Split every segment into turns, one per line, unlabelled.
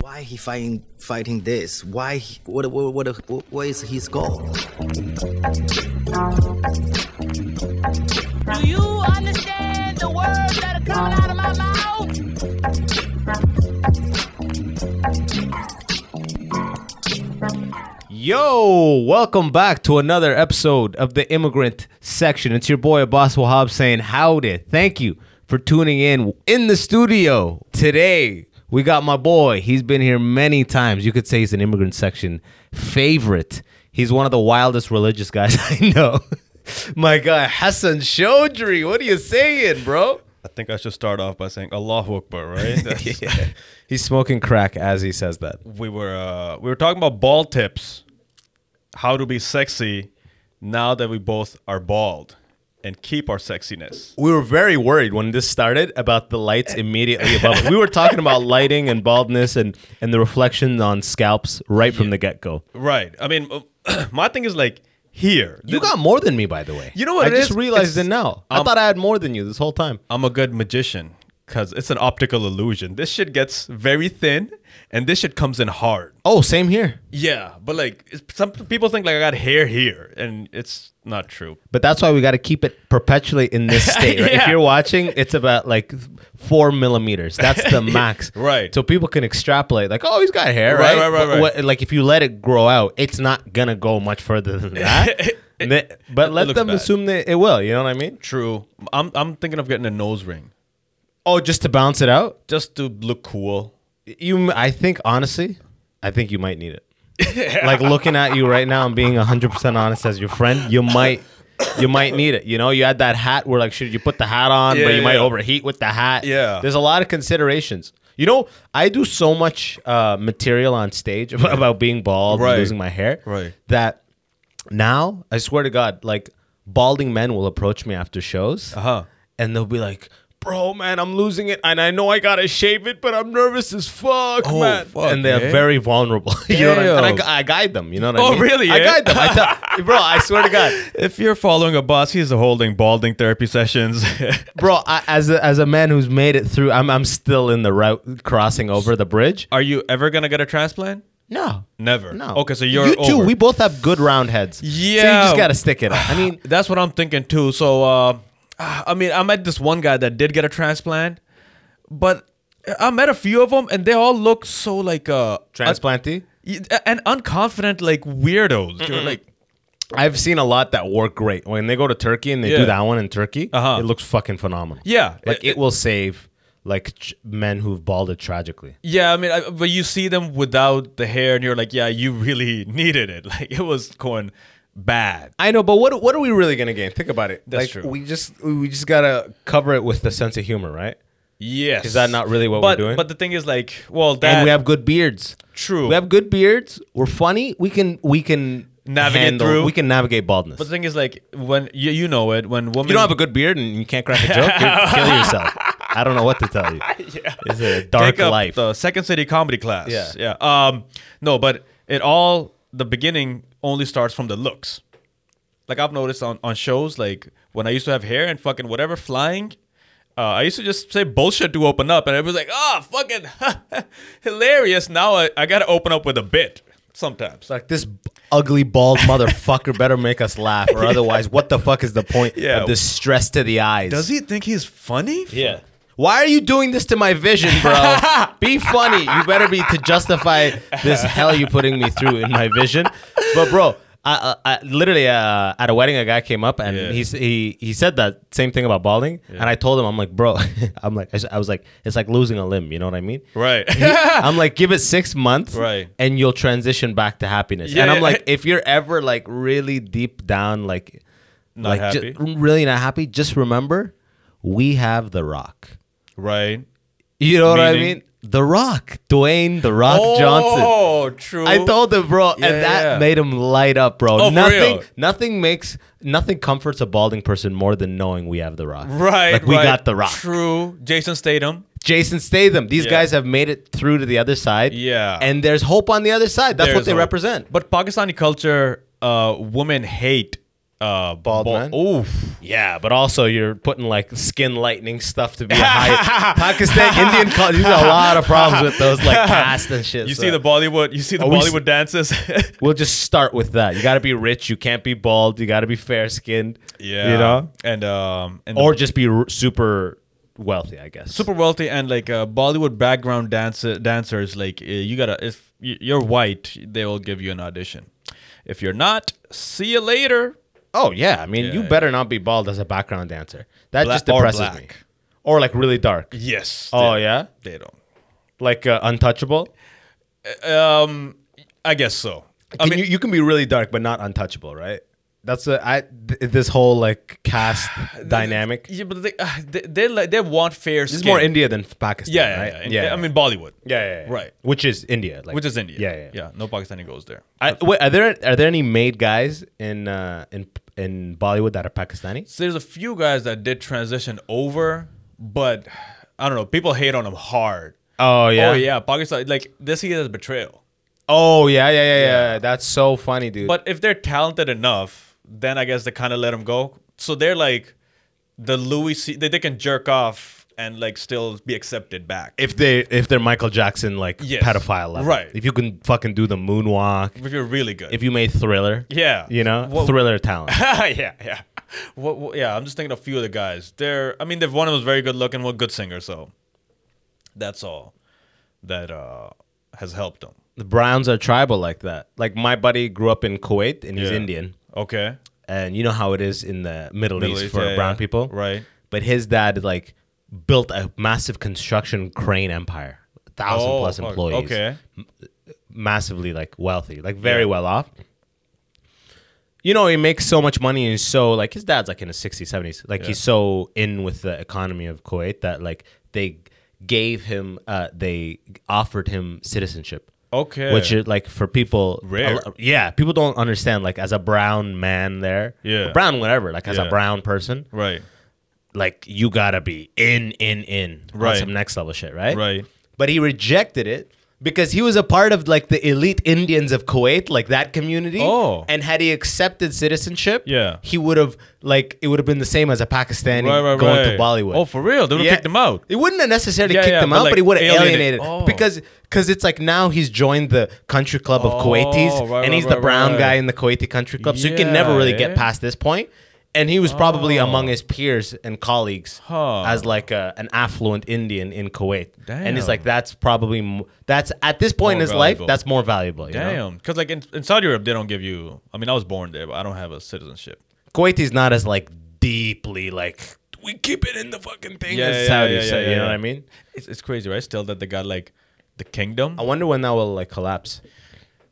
Why he fighting fighting this? Why he- what what what, what, what is his goal?
Do you understand the words that are coming out of my mouth?
Yo, welcome back to another episode of the Immigrant Section. It's your boy Abbas Wahab saying howdy. Thank you for tuning in. In the studio today, we got my boy. He's been here many times. You could say he's an Immigrant Section favorite. He's one of the wildest religious guys I know. my guy, Hassan Chaudhry. What are you saying, bro?
I think I should start off by saying Allahu Akbar, right? That's-
He's smoking crack as he says that.
We were uh, we were talking about ball tips, how to be sexy now that we both are bald and keep our sexiness.
we were very worried when this started about the lights immediately above. it. We were talking about lighting and baldness and and the reflection on scalps right from the get go.
Right. I mean, my thing is like here.
You got more than me, by the way.
You know what
I
it
just
is?
realized
It's-
it now. I
um,
thought I had more than you this whole time.
I'm a good magician because it's an optical illusion. This shit gets very thin, and this shit comes in hard.
Oh, same here.
Yeah, but like it's- some people think like I got hair here, and it's not true.
But that's why we got to keep it perpetually in this state. Right? If
Yeah.
you're watching, it's about like four millimeters. That's the max.
Right.
So people can extrapolate, like, oh, he's got hair, right?
Right, right, right,
But
right.
what- like if you let it grow out, it's not gonna go much further than that. And they- but
it
let
looks
them
bad.
assume that it will. You know what I mean?
True. I'm I'm thinking of getting a nose ring
Oh, just to bounce it out.
just to look cool.
You, I think honestly, I think you might need it. Like looking at you right now and being hundred percent honest as your friend, you might, you might need it. You know, you had that hat where like, should you put the hat on?
Yeah,
but you might
yeah.
overheat with the hat.
Yeah.
there's a lot of considerations. You know, I do so much uh, material on stage about, about being bald, and
Right.
losing my hair,
Right.
That now, I swear to God, like balding men will approach me after shows,
Uh-huh.
and they'll be like, "Bro, man, I'm losing it, and I know I gotta shave it, but I'm nervous as fuck,
Oh,
man."
fuck,
and they're
eh?
very vulnerable. you know what I mean? And
Damn.
I, I guide them. You know what I
Oh,
mean?
really,
I
eh?
guide them. I tell, bro, I swear to God,
If you're following a boss, he's holding balding therapy sessions.
bro, I, as a, as a man who's made it through, I'm I'm still in the route crossing over the bridge.
Are you ever gonna get a transplant?
No.
Never.
No.
Okay, so you're
you too.
over.
We both have good round heads. so you
Yeah.
just gotta stick it. Out. I mean,
That's what I'm thinking too. So, uh, I mean, I met this one guy that did get a transplant, but I met a few of them, and they all look so like uh,
transplantee.
un- and unconfident, like weirdos. You're like,
I've seen a lot that work great. When they go to Turkey and they do
Yeah.
that one in Turkey,
Uh-huh.
it looks fucking phenomenal.
Yeah.
like it,
It-
will save like ch- men who've balded tragically.
yeah, I mean, I, but you see them without the hair, and you're like, yeah, you really needed it. Like it was going bad.
I know, but what what are we really gonna gain? Think about it.
That's
like,
true.
We just we just gotta cover it with a sense of humor, right?
Yes.
Is that not really what
but,
we're doing?
But the thing is, like, well, that
and we have good beards.
True.
we have good beards. We're funny. We can we can
Navigate
handle-
through.
We can navigate baldness.
But the thing is, like, when you, you know it, when women
you don't have a good beard and you can't crack a joke, you kill yourself. I don't know what to tell you. It's a dark
take up
life.
the second city comedy class.
Yeah.
yeah. Um, no, but it all the beginning only starts from the looks. Like I've noticed on on shows, like when I used to have hair and fucking whatever flying. Uh, I used to just say bullshit to open up, and it was like, ah, fucking hilarious. Now I, I gotta open up with a bit sometimes.
Like this b- ugly bald motherfucker better make us laugh, or otherwise, what the fuck is the point
Yeah.
of this stress to the eyes?
Does he think he's funny?
Yeah. Why are you doing this to my vision, bro? be funny. You better be to justify this hell you putting me through in my vision. But bro, I, I, I literally uh, at a wedding, a guy came up and
Yeah.
he s- he he said that same thing about balding, and I told him I'm like, bro, I'm like I s- I was like it's like losing a limb. You know what I mean?
Right.
I'm like, give it six months,
Right.
and you'll transition back to happiness. and I'm
Yeah.
like, if you're ever like really deep down, like,
Not
like, ju-
happy?
really not happy, just remember, we have the Rock.
right.
You know what I
Meaning?
mean? The Rock, Dwayne the Rock Johnson.
Oh, true.
I told him, bro,
Yeah,
and that
yeah.
made him light up, bro.
Oh, for
nothing,
real?
nothing makes, nothing comforts a balding person more than knowing we have the Rock.
Right.
like we
right.
got the Rock.
True. Jason Statham.
Jason Statham. These
Yeah.
guys have made it through to the other side.
Yeah.
And there's hope on the other side. That's what
There's
they
hope.
represent.
But Pakistani culture, uh, women hate uh,
Bald man?
Oof.
Yeah, but also you're putting like skin lightening stuff to be a high Pakistan Indian. Col- you got a lot of problems with those like cast and shit.
You
so
see the Bollywood. You see the
Are Oh, we s-
Bollywood dances.
We'll just start with that. You got to be rich. You can't be bald. You got to be fair skinned.
yeah.
you know,
And um. And the
or just be r- super wealthy. I guess.
super wealthy and like uh, Bollywood background dancer dancers. Like uh, you gotta if y- you're white, they will give you an audition. If you're not, see you later.
Oh yeah, I mean,
Yeah,
you
yeah.
better not be bald as a background dancer. That
Bla-
just
or
depresses me.
black.
Or like really dark.
Yes.
Oh
they-
yeah,
They don't.
like uh, untouchable.
Um, I guess so. I
Can
mean,
you, you can be really dark but not untouchable, right? That's a, I th- this whole like caste dynamic. This
yeah, but they, uh, they they like they want fair skin.
is more India than Pakistan,
Yeah, yeah,
right?
yeah. India- I mean Bollywood.
yeah, yeah, yeah.
right.
Which is India, like
which is India.
Yeah, yeah. yeah.
yeah. No Pakistani goes there.
I, wait, are there are there any made guys in uh, in in Bollywood that are Pakistani?
So there's a few guys that did transition over, but I don't know. People hate on them hard.
Oh yeah,
Oh yeah, Pakistan. Like they see it as betrayal.
oh yeah, yeah, yeah, yeah. That's so funny, dude.
But if they're talented enough, then I guess they kind of let them go. So they're like the Louis. C- they, they can jerk off and like still be accepted back.
if they if they're Michael Jackson like
Yes.
pedophile level.
Right.
If you can fucking do the moonwalk,
if you're really good.
if you made Thriller,
Yeah.
you know,
What-
Thriller talent.
yeah, yeah. What, what, yeah, I'm just thinking of a few of the guys. They're, I mean, they're, one of them's very good looking, one good singer, so that's all that uh, has helped them.
the Browns are tribal like that. Like my buddy grew up in Kuwait and he's
Yeah.
Indian,
Okay.
and you know how it is in the Middle,
Middle
East,
East,
for
yeah,
brown
yeah.
people,
Right.
But his dad like built a massive construction crane empire, thousand
Oh,
plus
fuck.
employees,
Okay.
massively like wealthy, like very
Yeah.
well off. You know, he makes so much money and he's so like his dad's like in his 60s, 70s. Like he's so in with the economy of Kuwait that like they gave him uh they offered him citizenship.
Okay.
Which is like for people a
Rare.
lo- yeah, people don't understand like as a brown man there.
Yeah.
or Brown whatever, like as a
Yeah.
brown person,
Right.
like you got to be in in in right.
Right.
on some next level shit, right?
Right.
But he rejected it because he was a part of like the elite Indians of Kuwait, like that community.
Oh.
And had he accepted citizenship,
Yeah.
he would have like it would have been the same as a Pakistani
Right, right,
going to
right.
Bollywood.
Oh, for real? They would've kicked him out.
It wouldn't have necessarily
Yeah,
kicked
yeah,
him
but,
out,
like,
but he would have alienated,
alienated- Oh.
because because it's like now he's joined the country club of
Oh,
Kuwaitis
right,
and
right,
he's the
right,
brown
right.
guy in the Kuwaiti country club, so you can
Yeah,
never really get
eh?
past this point. And he was probably among his peers and colleagues
Huh.
as like a, an affluent Indian in Kuwait. And it's like
Damn.
that's probably m- that's at this point
More
in his
valuable.
life that's more valuable. You know?
Damn. Because, like, in, in Saudi Arabia, they don't give you, I mean, I was born there, but I don't have a citizenship.
Kuwaiti's not as like deeply like we keep it in the fucking thing
Yeah,
as
yeah,
Saudi.
yeah,
so,
yeah,
you know
yeah.
what I mean?
It's, it's crazy, right? Still that they got, like, the kingdom.
I wonder when that will like collapse.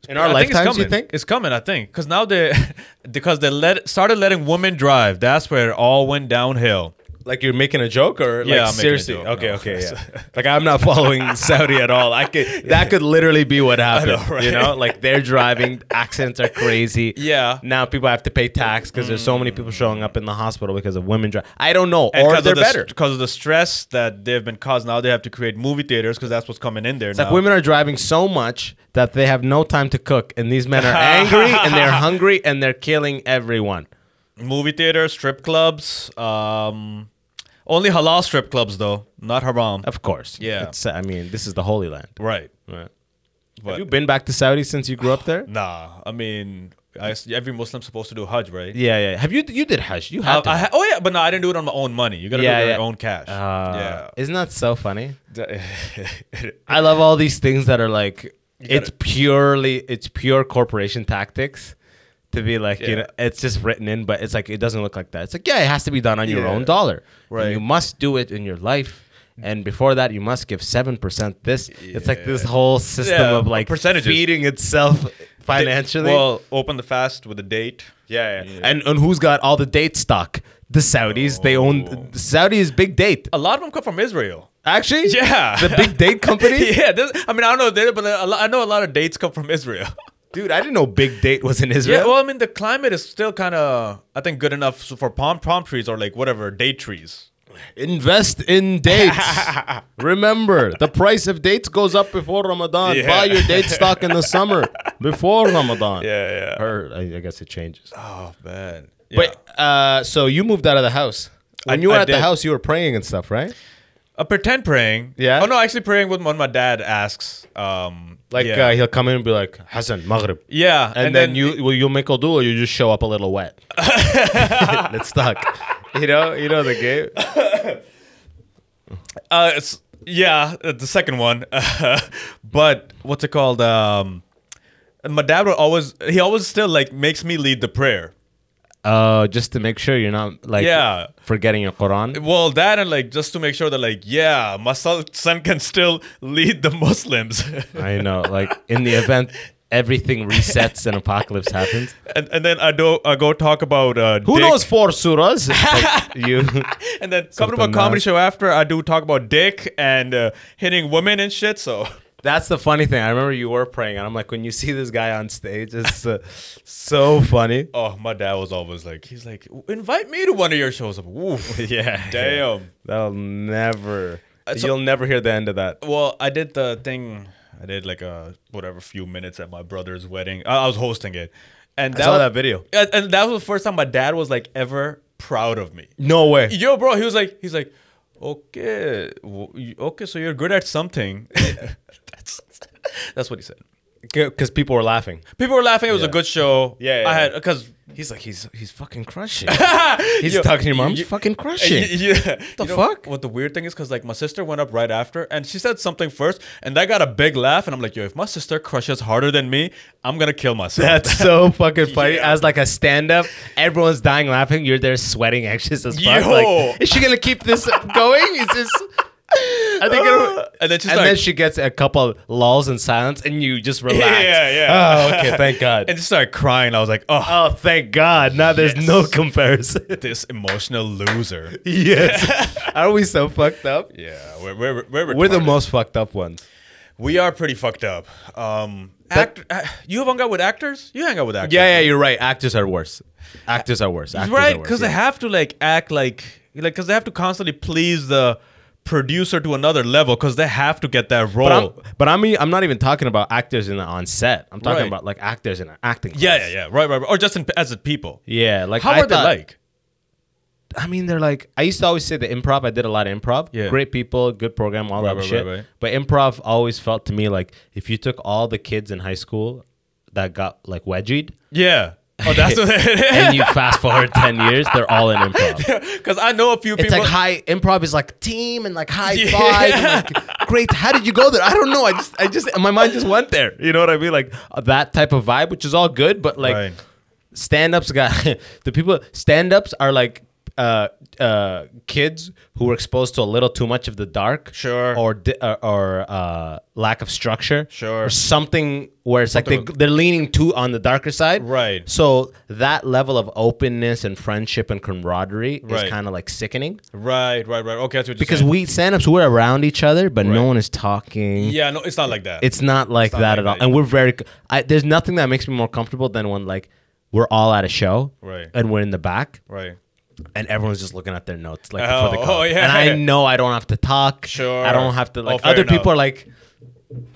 In our
I think it's
lifetimes, you
coming.
think?
it's coming? I think because now they because they let started letting women drive. That's where it all went downhill.
Like you're making a joke or like
Yeah, I'm making a
seriously?
joke.
Okay,
No.
okay, yeah. like I'm not following Saudi at all. I could that could literally be what happened. You know, like they're driving, accidents are crazy.
Yeah.
Now people have to pay tax because there's so many people showing up in the hospital because of women drive. I don't know,
And
or
'cause
they're
of the,
better.
because of the stress that they've been caused. Now they have to create movie theaters because that's what's coming in there.
It's like
now.
women are driving so much that they have no time to cook, and these men are angry and they're hungry and they're killing everyone.
movie theaters, strip clubs, um, only halal strip clubs though, not haram.
Of course.
Yeah.
It's, I mean, this is the Holy Land.
Right?
Right.
But
Have you been back to Saudi since you grew up there?
nah, I mean, I, every Muslim's supposed to do Hajj, right?
Yeah, yeah. Have you you did Hajj? You
I,
had to.
I, oh yeah, but no, I didn't do it on my own money. You gotta
Yeah,
do it
yeah.
on your own cash.
Uh,
yeah.
Isn't that so funny?
Da-
I love all these things that are like it's purely it's pure corporation tactics to be like you
Yeah.
know it's just written in, but it's like it doesn't look like that. It's like yeah, it has to be done on your
Yeah.
own dollar. And
Right.
you must do it in your life. And before that, you must give seven percent. This it's like this whole system
Yeah,
of like
percentages.
feeding itself financially.
Well, open the fast with a date.
Yeah, yeah. And and who's got all the date stock? The Saudis. They
Oh.
own Saudi is big date.
A lot of them come from Israel.
Actually,
Yeah.
the big date company.
yeah, this, I mean, I don't know, there, but a lot, I know a lot of dates come from Israel.
Dude, I didn't know big date was in Israel.
yeah, well, I mean, the climate is still kind of, I think, good enough s- for palm palm trees or like whatever date trees.
Invest in dates. Remember, the price of dates goes up before Ramadan.
Yeah.
Buy your date stock in the summer before Ramadan.
Yeah, yeah.
Or I, I guess it changes.
Oh man,
But uh, so you moved out of the house. When
I-
you were
I
at the
did.
house, you were praying and stuff, right?
a pretend praying.
Yeah?
Oh no, actually praying with when my dad asks. Um,
Like
yeah,
uh, he'll come in and be like Hassan Maghrib,
yeah,
and, then, you will you make Odul or you just show up a little wet. That's stuck. You know, you know the game.
Uh, it's, yeah, uh, the second one. but what's it called? Um, my dad would always he always still like makes me lead the prayer.
Uh, just to make sure you're not like
Yeah.
forgetting your Quran.
Well, that and like just to make sure that like yeah, my son son can still lead the Muslims.
I know, like in the event everything resets and apocalypse happens.
and and then I do I go talk about uh,
Who
dick.
knows four surahs? Like, you.
And then coming to my
Something
comedy
else.
show after, I do talk about dick and uh, hitting women and shit. So
That's the funny thing. I remember you were praying, and I'm like, when you see this guy on stage, it's uh, so funny.
Oh, my dad was always like, he's like, invite me to one of your shows. I'm, Oof,
Yeah.
damn.
That'll never.
so-
you'll never hear the end of that.
Well, I did the thing. I did like a whatever few minutes at my brother's wedding. I, I was hosting it, and
saw that video.
And, and that was the first time my dad was like ever proud of me.
No way.
Yo, bro, he was like, he's like, okay, w- you- okay, so you're good at something. that's that's what he said.
Because people were laughing.
People were laughing. It was
Yeah.
a good show.
Yeah, yeah,
I had
yeah.
because
He's like, he's he's fucking crushing. he's talking to your mom.
you-
fucking
Y-
crushing.
Yeah.
The
You know
fuck?
What the weird thing is, because like my sister went up right after, and she said something first, and that got a big laugh, and I'm like, yo, if my sister crushes harder than me, I'm gonna kill myself.
That's so fucking funny.
Yeah.
As like a stand-up, everyone's dying laughing. You're there sweating, anxious as fuck.
Yo.
Like, is she gonna keep this going? Is this? Are they gonna?
And then she's
and
like-
then she gets a couple lulls in silence, and you just relax.
Yeah, yeah.
Oh, okay. Thank God.
and she started crying. I was like, oh,
oh, thank God. Now there's
Yes.
no comparison.
this emotional loser.
yes. Are we so fucked up?
yeah, we're we're we're,
We're the
retarded.
most fucked up ones.
we are pretty fucked up. Um,
That-
act, uh, you hung out with actors. You hang out with actors.
Yeah, yeah, you're right. Actors are worse. Actors are worse. Actors
right
are worse,
because
yeah.
they have to like act like like because they have to constantly please the producer to another level because they have to get that role.
But I'm, but I mean, I'm not even talking about actors in the on set. I'm talking
Right.
about like actors in an acting.
Yeah, yeah,
class.
yeah. Right, right, right. Or just in, as a people.
yeah. Like,
How
I
are they
thought-
like?
I mean, they're like. I used to always say the improv. I did a lot of improv.
Yeah.
Great people, good program, all
Right,
that
right,
shit.
right, right.
But improv always felt to me like if you took all the kids in high school that got like wedgied
Yeah. Oh, that's what it
and you fast forward ten years, they're all in improv.
is. Because I know a few
It's
people.
like high improv is like team and like high
Yeah.
five. And like, great. How did you go there? I don't know. I just, I just, my mind just went there. You know what I mean? Like uh, that type of vibe, which is all good, but like
Right.
stand ups got the people, stand ups are like, uh, uh, kids who were exposed to a little too much of the dark,
Sure.
or di- uh, or uh, lack of structure,
Sure.
or something where it's like they,
Something-
they're leaning too on the darker side,
Right.
So that level of openness and friendship and camaraderie
Right.
is kind of like sickening
right, right, right. Okay, that's what you're
because
saying.
we stand-ups we're around each other but
Right.
no one is talking
Yeah, no, it's not like that.
it's not like
not
that
like
at all
that.
and we're very I, there's nothing that makes me more comfortable than when like we're all at a show
Right.
and we're in the back
right.
and everyone's just looking at their notes like before
Oh,
they go
oh, yeah.
and i know i don't have to talk
Sure.
i don't have to
Oh,
like
fair
other people
enough.
are like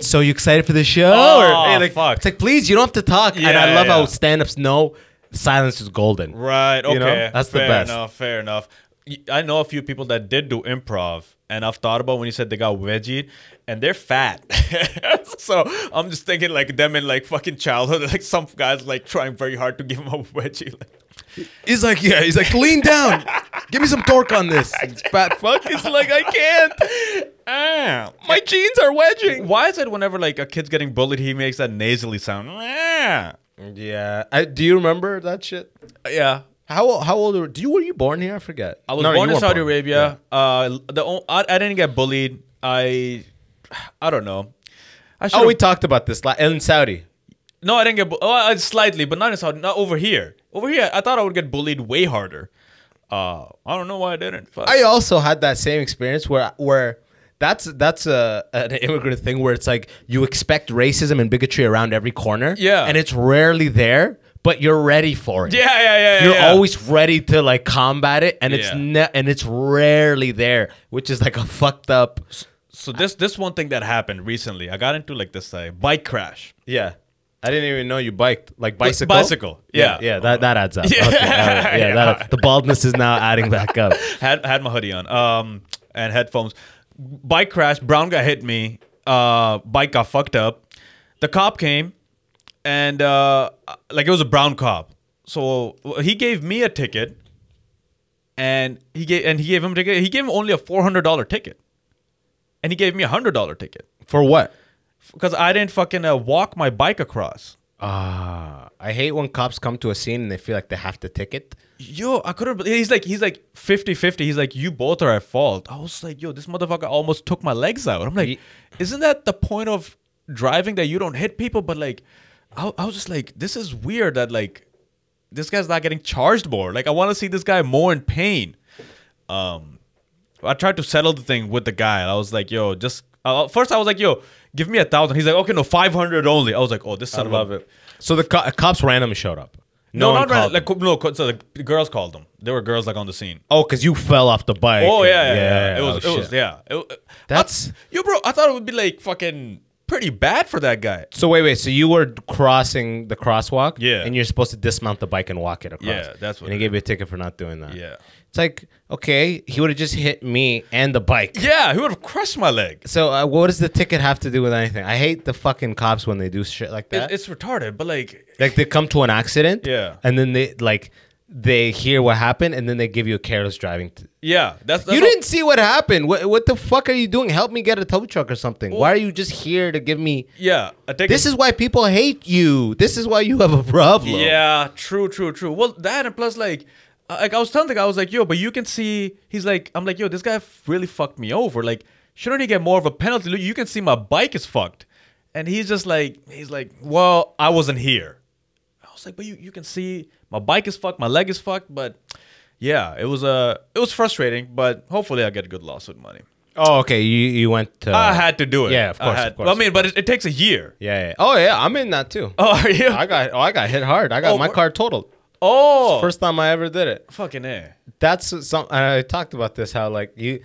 so you excited for the show
Oh,
hey, like,
fuck.
it's like please you don't have to talk and
Yeah,
i
yeah,
love how
yeah.
stand-ups know silence is golden
Right. Okay.
You know? That's the
fair
best.
Enough, fair enough. Y- I know a few people that did do improv, and I've thought about when you said they got veggied, and they're fat. so I'm just thinking like them in like fucking childhood, like some guys like trying very hard to give them a veggie. Like,
He's like, yeah. He's like, lean down. Give me some torque on this. Fat fuck. He's like, I can't.
ah,
My jeans are wedging.
Why is it whenever like a kid's getting bullied, he makes that nasally sound? Yeah.
Yeah. I, do you remember that shit?
Yeah.
How how old were, do you were you born here? I forget.
I was
No, no,
born
you
in
weren't
Saudi
born.
Arabia. Uh, the o- I, I didn't get bullied. I I don't know.
Yeah.
I
Oh,
should've-
we talked about this la- in Saudi.
No, I didn't get bu- oh, I, slightly, but not in Saudi, not over here. Over here, I thought I would get bullied way harder. Uh, I don't know why I didn't. Fuck.
I also had that same experience where where that's that's a an immigrant thing where it's like you expect racism and bigotry around every corner.
Yeah.
And it's rarely there, but you're ready for it.
yeah, yeah, yeah, yeah.
you're
yeah.
always ready to like combat it and it's
Yeah.
ne- and it's rarely there which is like a fucked up
So this this one thing that happened recently, I got into like this uh, bike crash.
yeah I didn't even know you biked like bicycle.
bicycle, yeah.
yeah, that, that adds up. Okay, all right, yeah, That, the baldness is now adding back up.
had had my hoodie on um and headphones bike crash brown guy hit me uh bike got fucked up the cop came and uh like it was a brown cop so he gave me a ticket and he gave and he gave him a ticket he gave him only a $400 ticket and he gave me a $100 ticket
For what?
because i didn't fucking uh, walk my bike across
Ah, I hate when cops come to a scene and they feel like they have to ticket.
yo, I couldn't. believe He's like, he's like 50 50. He's like, you both are at fault. I was like, yo, this motherfucker almost took my legs out. I'm
Ye-
like, isn't that the point of driving that you don't hit people? But like, I, I was just like, this is weird that like, this guy's not getting charged more. Like, I want to see this guy more in pain. Um, I tried to settle the thing with the guy. I was like, yo, just uh, first I was like, yo, give me a thousand. He's like, okay, no, 500 only. I was like, oh, this son of a-
So the co- cops randomly showed up. No, one
No, not
called
right.
them.
Like, no, co- so the girls called them. There were girls like on the scene.
Oh, because you fell off the bike.
Oh yeah, yeah, yeah, It was,
oh,
it was,
shit.
yeah. It, wa-
That's-
I, yo, bro. I thought it would be like fucking pretty bad for that guy.
So wait, wait. So you were crossing the crosswalk,
Yeah.
and you're supposed to dismount the bike and walk it across.
Yeah, that's what
And he
it
gave you a ticket for not doing that.
Yeah.
It's like okay, he would have just hit me and the bike.
Yeah, he would have crushed my leg.
So uh, what does the ticket have to do with anything? I hate the fucking cops when they do shit like that.
It, it's retarded, but like,
like they come to an accident,
Yeah.
and then they like they hear what happened, and then they give you a careless driving. T-
yeah, that's, that's
you
all-
didn't see what happened. What, what the fuck are you doing? Help me get a tow truck or something. Why are you just here to give me?
Yeah, a ticket.
This is why people hate you. This is why you have a problem.
Yeah, true, true, true. Well, that and plus like. uh, Like I was telling the guy, I was like, "Yo, but you can see." He's like, "I'm like, yo, this guy f- really fucked me over. Like, shouldn't he get more of a penalty? Look, you can see my bike is fucked." And he's just like, he's like, "Well, I wasn't here." I was like, but you, you can see my bike is fucked, my leg is fucked, but yeah, it was uh, it was frustrating, but hopefully I get good lawsuit money.
Oh, okay. You you went. To,
I had to do it.
Uh, yeah, of
I
course,
had-
of course,
well, I mean,
of
but it, it takes a year.
Yeah, yeah. Oh yeah, I'm in that too.
Oh, are you?
I got. Oh, I got hit hard. I got
Oh,
my
wh-
car totaled.
oh,
First time I ever did it.
fucking a.
that's some and I talked about this how like you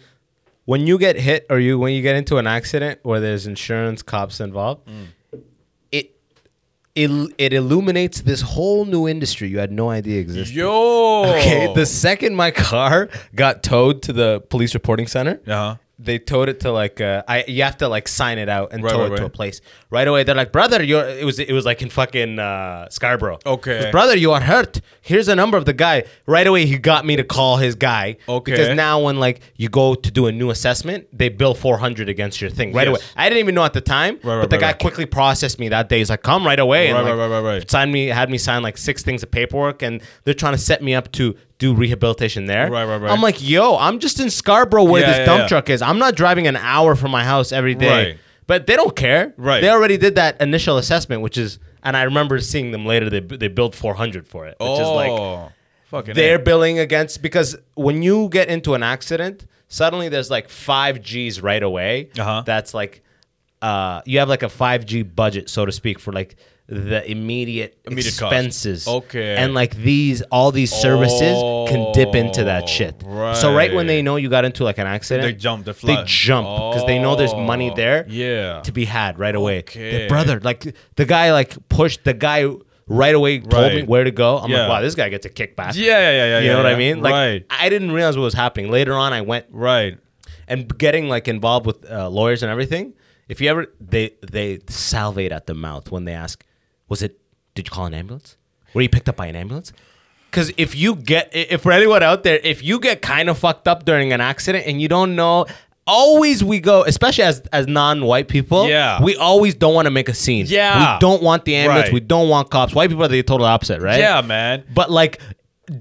when you get hit or you when you get into an accident where there's insurance cops involved
Mm.
it it it illuminates this whole new industry you had no idea existed
Yo.
okay the second my car got towed to the police reporting center
Uh-huh.
they towed it to like uh, I you have to like sign it out and
Right,
tow
right,
it to
right.
a place right away. They're like, brother, you're it was it was like in fucking uh, Scarborough.
Okay.
It was, brother, you are hurt. Here's a number of the guy. Right away, he got me to call his guy.
Okay.
because now when like you go to do a new assessment, they bill four hundred against your thing right
Yes.
away. I didn't even know at the time,
right,
but the
right,
guy
right.
quickly processed me that day. He's like, come right away and
Right,
like,
right, right, right, right.
signed me had me sign like six things of paperwork, and they're trying to set me up to. Do rehabilitation there.
Right, right, right.
I'm like, yo, I'm just in Scarborough where
Yeah,
this
yeah,
dump
yeah.
truck truck is. I'm not driving an hour from my house every day.
Right.
But they don't care.
Right.
They already did that initial assessment, which is, and I remember seeing them later. They they billed 400 for it, which
oh.
is like
fucking
they're
A.
billing against because when you get into an accident, suddenly there's like five G's right away.
Uh-huh.
That's like, uh, you have like a five G budget, so to speak, for like the immediate,
Immediate cost.
expenses.
Okay.
and like these, all these services can dip into that
Oh,
shit. So right when they
right.
know you got into like an accident,
They jump, they
they
fly.
jump because they know there's money
Oh,
there.
yeah.
to be had right away. The
Okay.
brother, like the guy, like pushed the guy right away. Told me
Right.
where to go. I'm like,
Yeah.
wow, this guy gets a kickback.
Yeah, yeah, yeah, yeah.
You know
yeah,
what I
yeah.
mean? Like
right,
I didn't realize what was happening. Later on, I went
right.
and getting like involved with uh, lawyers and everything. If you ever they they salivate at the mouth when they ask, "Was it? Did you call an ambulance? Were you picked up by an ambulance?" Because if you get, i- if for anyone out there, if you get kind of fucked up during an accident and you don't know, always we go, especially as as non-white people,
Yeah.
we always don't want to make a scene.
Yeah.
we don't want the ambulance.
Right.
We don't want cops. White people are the total opposite, right?
Yeah, man.
But like,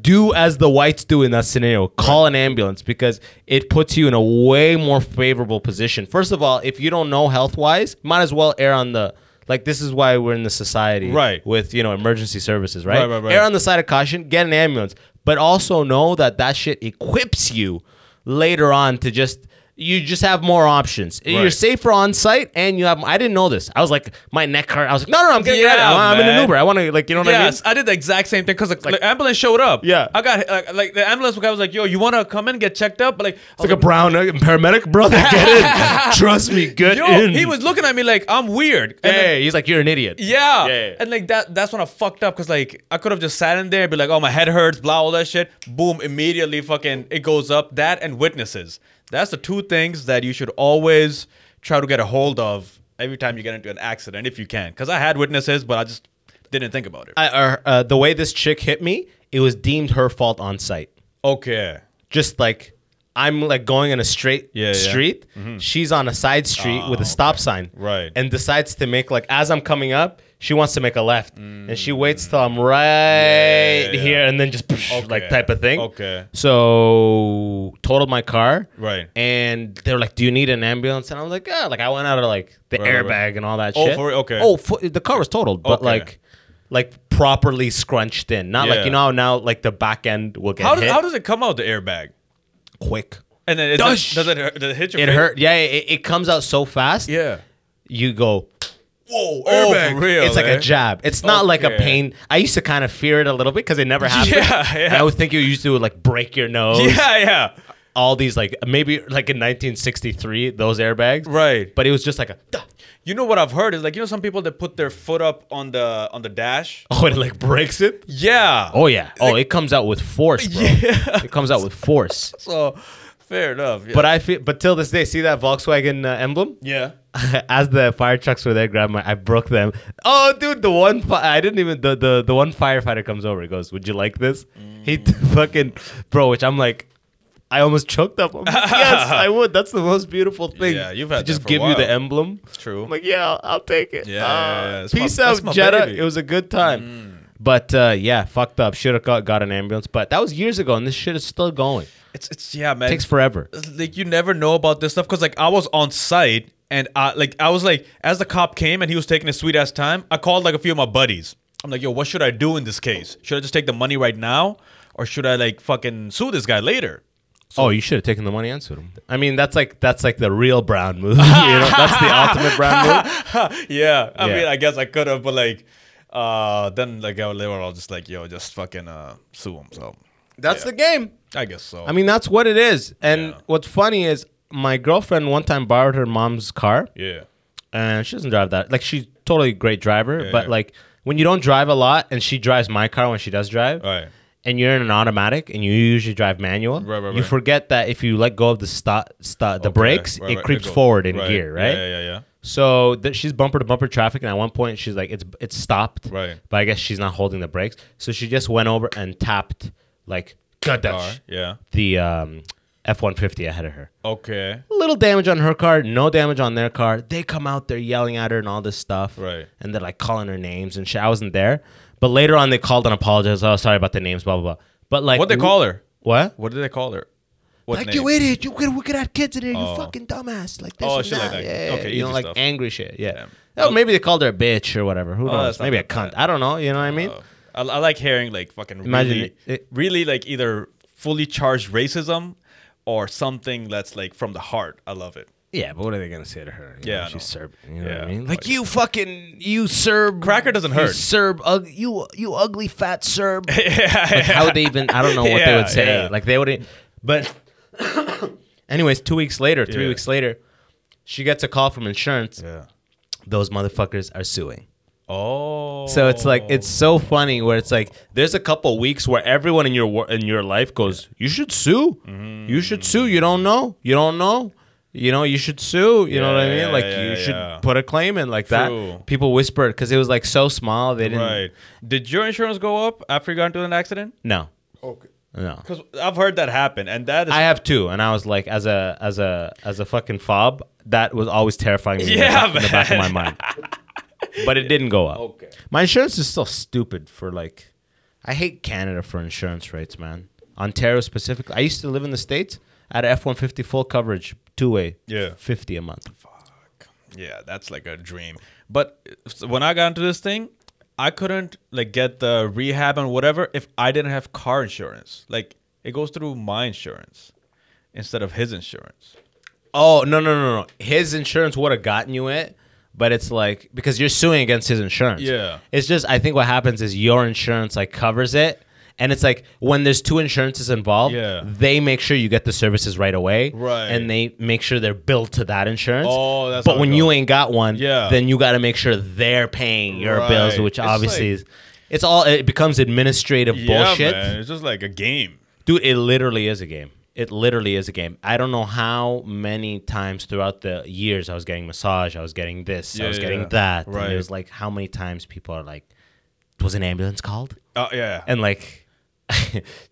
do as the whites do in that scenario. Call an ambulance because it puts you in a way more favorable position. First of all, if you don't know health wise, might as well err on the like. This is why we're in the society,
Right.
With you know emergency services, right?
Right, right, right.
Err on the side of caution. Get an ambulance, but also know that that shit equips you later on to just you just have more options. You're
Right.
safer on site, and you have. I didn't know this. I was like, my neck hurt. I was like, no, no, no I'm getting
Yeah,
ready. I'm, I'm in an
man.
Uber. I want to, like, you know what I mean?
Yes, I, did the exact same thing because the the ambulance showed up.
Yeah.
I got like, like the ambulance guy was like, "Yo, you want to come in and get checked up?" But like, I was
Like a brown uh, paramedic, brother. Get in. Trust me. Get
Yo,
in.
he was looking at me like I'm weird. And then-
Hey, he's like, you're an idiot.
yeah.
Yeah.
and like that—that's when I fucked up because like I could have just sat in there, and be like, "Oh, my head hurts," blah, all that shit. Boom, immediately, fucking, it goes up. That and witnesses. That's the two things that you should always try to get a hold of every time you get into an accident, if you can. Because I had witnesses, but I just didn't think about it.
I, uh, uh, the way this chick hit me, it was deemed her fault on site.
okay.
Just like I'm like going in a straight
Yeah, yeah.
street, she's on a side street with a stop sign,
Right.
And decides to make like as I'm coming up, she wants to make a left, and she waits till I'm right
Mm. yeah.
here, and then just like
Okay.
type of thing.
Okay.
So totaled my car,
Right.
And they're like, "Do you need an ambulance?" And I was like, "Yeah." Like I went out of like the
Right,
airbag
right, right.
and all that
Oh,
shit.
for- okay.
Oh, fu- the car was totaled, but
Okay.
like, like properly scrunched in, not like
Yeah.
you know how now like the back end will get
How does,
hit
how does it come out the airbag?
quick.
And then it does,
Dush!
does it hurt- does it hit your
It
face?
hurt. Yeah, it, it comes out so fast.
Yeah.
you go.
Whoa,
"Oh, It's
eh?
like a jab. It's not like a
Okay.
pain. I used to kind of fear it a little bit because it never happened.
Yeah, yeah.
And I would think you used to like break your nose.
Yeah, yeah.
All these like maybe like in 1963 those airbags.
Right.
But it was just like a. duh.
You know what I've heard is like you know some people that put their foot up on the on the dash.
Oh, it like breaks it.
Yeah.
Oh yeah. Oh, it comes out with force, bro. It comes out with force.
So fair enough. Yeah.
But I feel, but till this day, see that Volkswagen uh, emblem?
yeah.
As the fire trucks were there, grab my, I broke them. Oh, dude, the one, fi- I didn't even, the, the, the one firefighter comes over, he goes, would you like this?
Mm.
He t- fucking, bro, which I'm like, I almost choked up. I'm like, yes, I would. That's the most beautiful thing.
Yeah, you've had
to
that
just
for a
give you the
while.
emblem.
True.
I'm like, yeah, I'll, I'll take it.
Yeah,
Uh,
yeah, yeah. It's my-
peace
that's
out,
my
Jetta.
baby. Mm.
It was a good time. But uh, yeah, fucked up. Should have got, got an ambulance. But that was years ago, and this shit is still going.
It's it's yeah, man.
takes forever.
like you never know about this stuff because like I was on site and I like I was like as the cop came and he was taking his sweet ass time, I called like a few of my buddies. I'm like, yo, what should I do in this case? Should I just take the money right now, or should I like fucking sue this guy later?
oh, you should have taken the money and sued him. I mean, that's like that's like the real Brown move. you know? That's the ultimate Brown move.
yeah, I
Yeah.
mean, I guess I could have, but like, uh, then like I they were all just like, yo, just fucking uh, sue him. So
That's
Yeah.
the game.
I guess so.
I mean, that's what it is. And
Yeah.
what's funny is my girlfriend one time borrowed her mom's car,
yeah,
and she doesn't drive that. Like she's totally a great driver,
Yeah,
but
yeah.
like when you don't drive a lot, and she drives my car when she does drive,
Right.
and you're in an automatic, and you usually drive manual,
Right, right,
you
right.
forget that if you let go of the stop, stop the
Okay,
brakes,
right,
it
right,
creeps
goes-
forward in
right,
gear,
yeah,
right?
Yeah, yeah, yeah.
So th- she's bumper to bumper traffic, and at one point she's like, "It's it's stopped."
Right.
But I guess she's not holding the brakes, so she just went over and tapped like
Car,
kadash,
yeah.
the um, F one fifty ahead of her.
Okay.
Little damage on her car, no damage on their car. They come out, they're yelling at her and all this stuff.
Right.
And they're like calling her names and shit. I wasn't there, but later on they called and apologized. Oh, sorry about the names, blah blah blah. But like,
What they
w-
call her?
What?
What did they call her? What
like
name?
you idiot! You could we could have kids in here. You
Oh.
fucking dumbass! Like this
Oh,
and
shit like
that.
that.
Yeah,
Okay,
you know,
easy
like
stuff.
angry shit. Yeah.
Yeah. Oh,
Oh, maybe they called her a bitch or whatever. Who knows?
that's not
Maybe a cunt.
that
I don't know. You know what I mean?
Oh. I, I like hearing like fucking
Imagine
really,
it- it-
really like either fully charged racism or something that's like from the heart. I love it.
yeah, but what are they gonna say to her? You
Yeah,
know,
I
she's
know.
Serb. You know what I
Yeah.
mean? Like you fucking you Serb.
Cracker doesn't
you
hurt.
Serb. Ug, you you ugly fat Serb. Like, how would they even? I don't know what they
Yeah,
would say.
yeah.
Like they wouldn't. But, anyways, two weeks later, three
Yeah.
weeks later, she gets a call from insurance.
Yeah.
Those motherfuckers are suing.
Oh.
So it's like it's so funny where it's like there's a couple weeks where everyone in your wor- in your life goes, you should sue, you should sue. You don't know, you don't know, you know, you should sue. You know what I mean?
Yeah,
Like
yeah,
you
yeah.
should put a claim in like
True.
that. People whispered because it was like so small they didn't.
right. Did your insurance go up after you got into an accident?
No. Okay. No.
Because I've heard that happen, and that is
I have two, and I was like, as a as a as a fucking fob, that was always terrifying me in the
Yeah,
back- in, the back, of my mind. But it didn't go up.
Okay.
My insurance is still stupid for like, I hate Canada for insurance rates, man. Ontario specifically. I used to live in the states. I had F one fifty full coverage, two way,
Yeah.
fifty a month.
Yeah, that's like a dream. But s- when I got into this thing, I couldn't like get the rehab and whatever if I didn't have car insurance. Like it goes through my insurance instead of his insurance.
Oh no no no no! His insurance would have gotten you it, but it's like because you're suing against his insurance.
Yeah.
It's just I think what happens is your insurance like covers it, and it's like when there's two insurances involved,
Yeah.
they make sure you get the services right away,
Right.
And they make sure they're billed to that insurance.
Oh, that's
But
how it
when you
goes.
ain't got one,
Yeah.
then you got to make sure they're paying your bills,
Right.
which
It's
obviously
like-
is. It's all it becomes administrative
Yeah,
bullshit
man. It's just like a game.
dude it literally is a game it literally is a game i don't know how many times throughout the years i was getting massage i was getting this i
Yeah,
was
yeah,
getting
yeah.
that and
Right.
it was like how many times people are like was an ambulance called
Oh yeah.
and like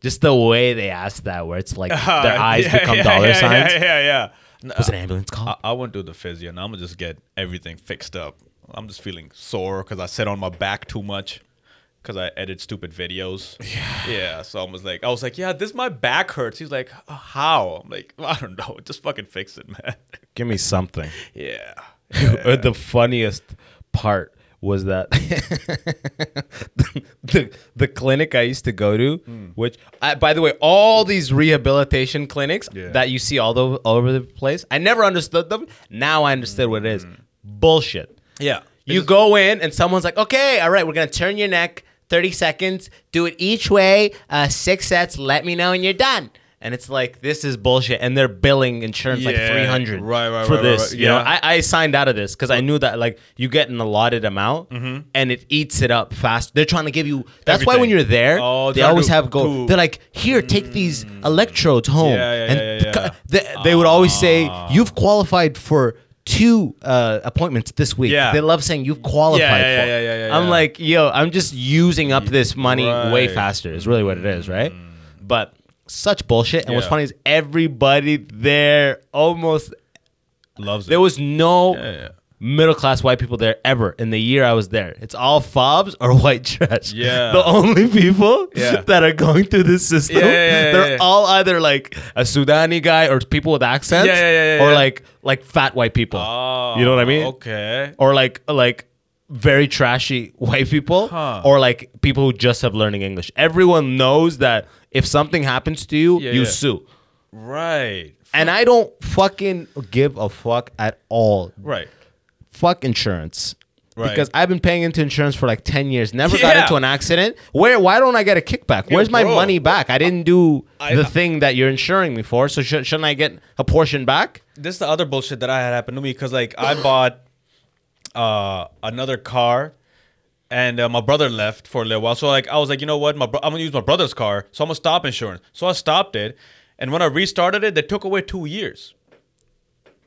just the way they ask that where it's like their eyes
Uh, Yeah,
become
yeah,
dollar
yeah,
signs
Yeah, Uh, yeah, yeah. No,
was an ambulance called
I, I went through the physio, and I'm gonna just get everything fixed up. I'm just feeling sore because I sat on my back too much because I edit stupid videos. Yeah. Yeah. So I was like, I was like, yeah, this my back hurts. He's like, "Uh, how? I'm like, I don't know. Just fucking fix it, man.
give me something
yeah.
the funniest part was that the the clinic I used to go to,
Hmm.
which I, by the way, all these rehabilitation clinics
Yeah.
that you see all, the, all over the place, I never understood them. Now I understood what it is.
Hmm.
Bullshit.
Yeah.
You go in and someone's like, okay, all right, we're gonna turn your neck, thirty seconds, do it each way, uh, six sets. Let me know when you're done. And it's like this is bullshit, and they're billing insurance like
Yeah,
three hundred
right, right,
for
right, right,
this.
right,
You know,
yeah.
I, I signed out of this because I knew that like you get an allotted amount, and it eats it up fast. They're trying to give you. That's why when
Mm-hmm. Everything.
you're there,
Oh,
they
trying
always
to-
have go.
to-
They're like, here, take these electrodes home,
Yeah, yeah,
and
yeah, yeah,
th- they, they would always say
Ah.
you've qualified for two uh, appointments this week.
Yeah.
They love saying you've qualified
Yeah, yeah,
for.
yeah, yeah, yeah, yeah,
I'm
yeah.
like, yo, I'm just using up this money way
Right. Mm.
faster. Is really what it is, right? But such bullshit. And what's
Yeah.
funny is everybody there almost
Loves it.
there was no
Yeah, yeah.
middle class white people there ever in the year I was there. It's all fobs or white trash.
Yeah.
The only people
Yeah.
that are going through this system,
Yeah, yeah, yeah,
they're
yeah.
all either like a Sudani guy or people with accents
Yeah, yeah, yeah, yeah,
or
yeah.
like like fat white people.
Oh,
you know what I mean?
Okay.
Or like like very trashy white people
Huh.
or like people who just have learning English. Everyone knows that if something happens to you,
Yeah,
you
yeah.
sue.
Right.
And I don't fucking give a fuck at all
Right.
fuck insurance.
Right.
Because I've been paying into insurance for like ten years, never got
Yeah.
into an accident. Where? Why don't I get a kickback? Where's my
bro.
money back? I didn't do
I-
the thing that you're insuring me for, so sh- shouldn't I get a portion back?
this is the other bullshit that I had happened to me because like I bought uh, another car, and uh, my brother left for a little while. So like I was like, you know what, my bro- I'm gonna use my brother's car, so I'm gonna stop insurance. So I stopped it, and when I restarted it, they took away two years.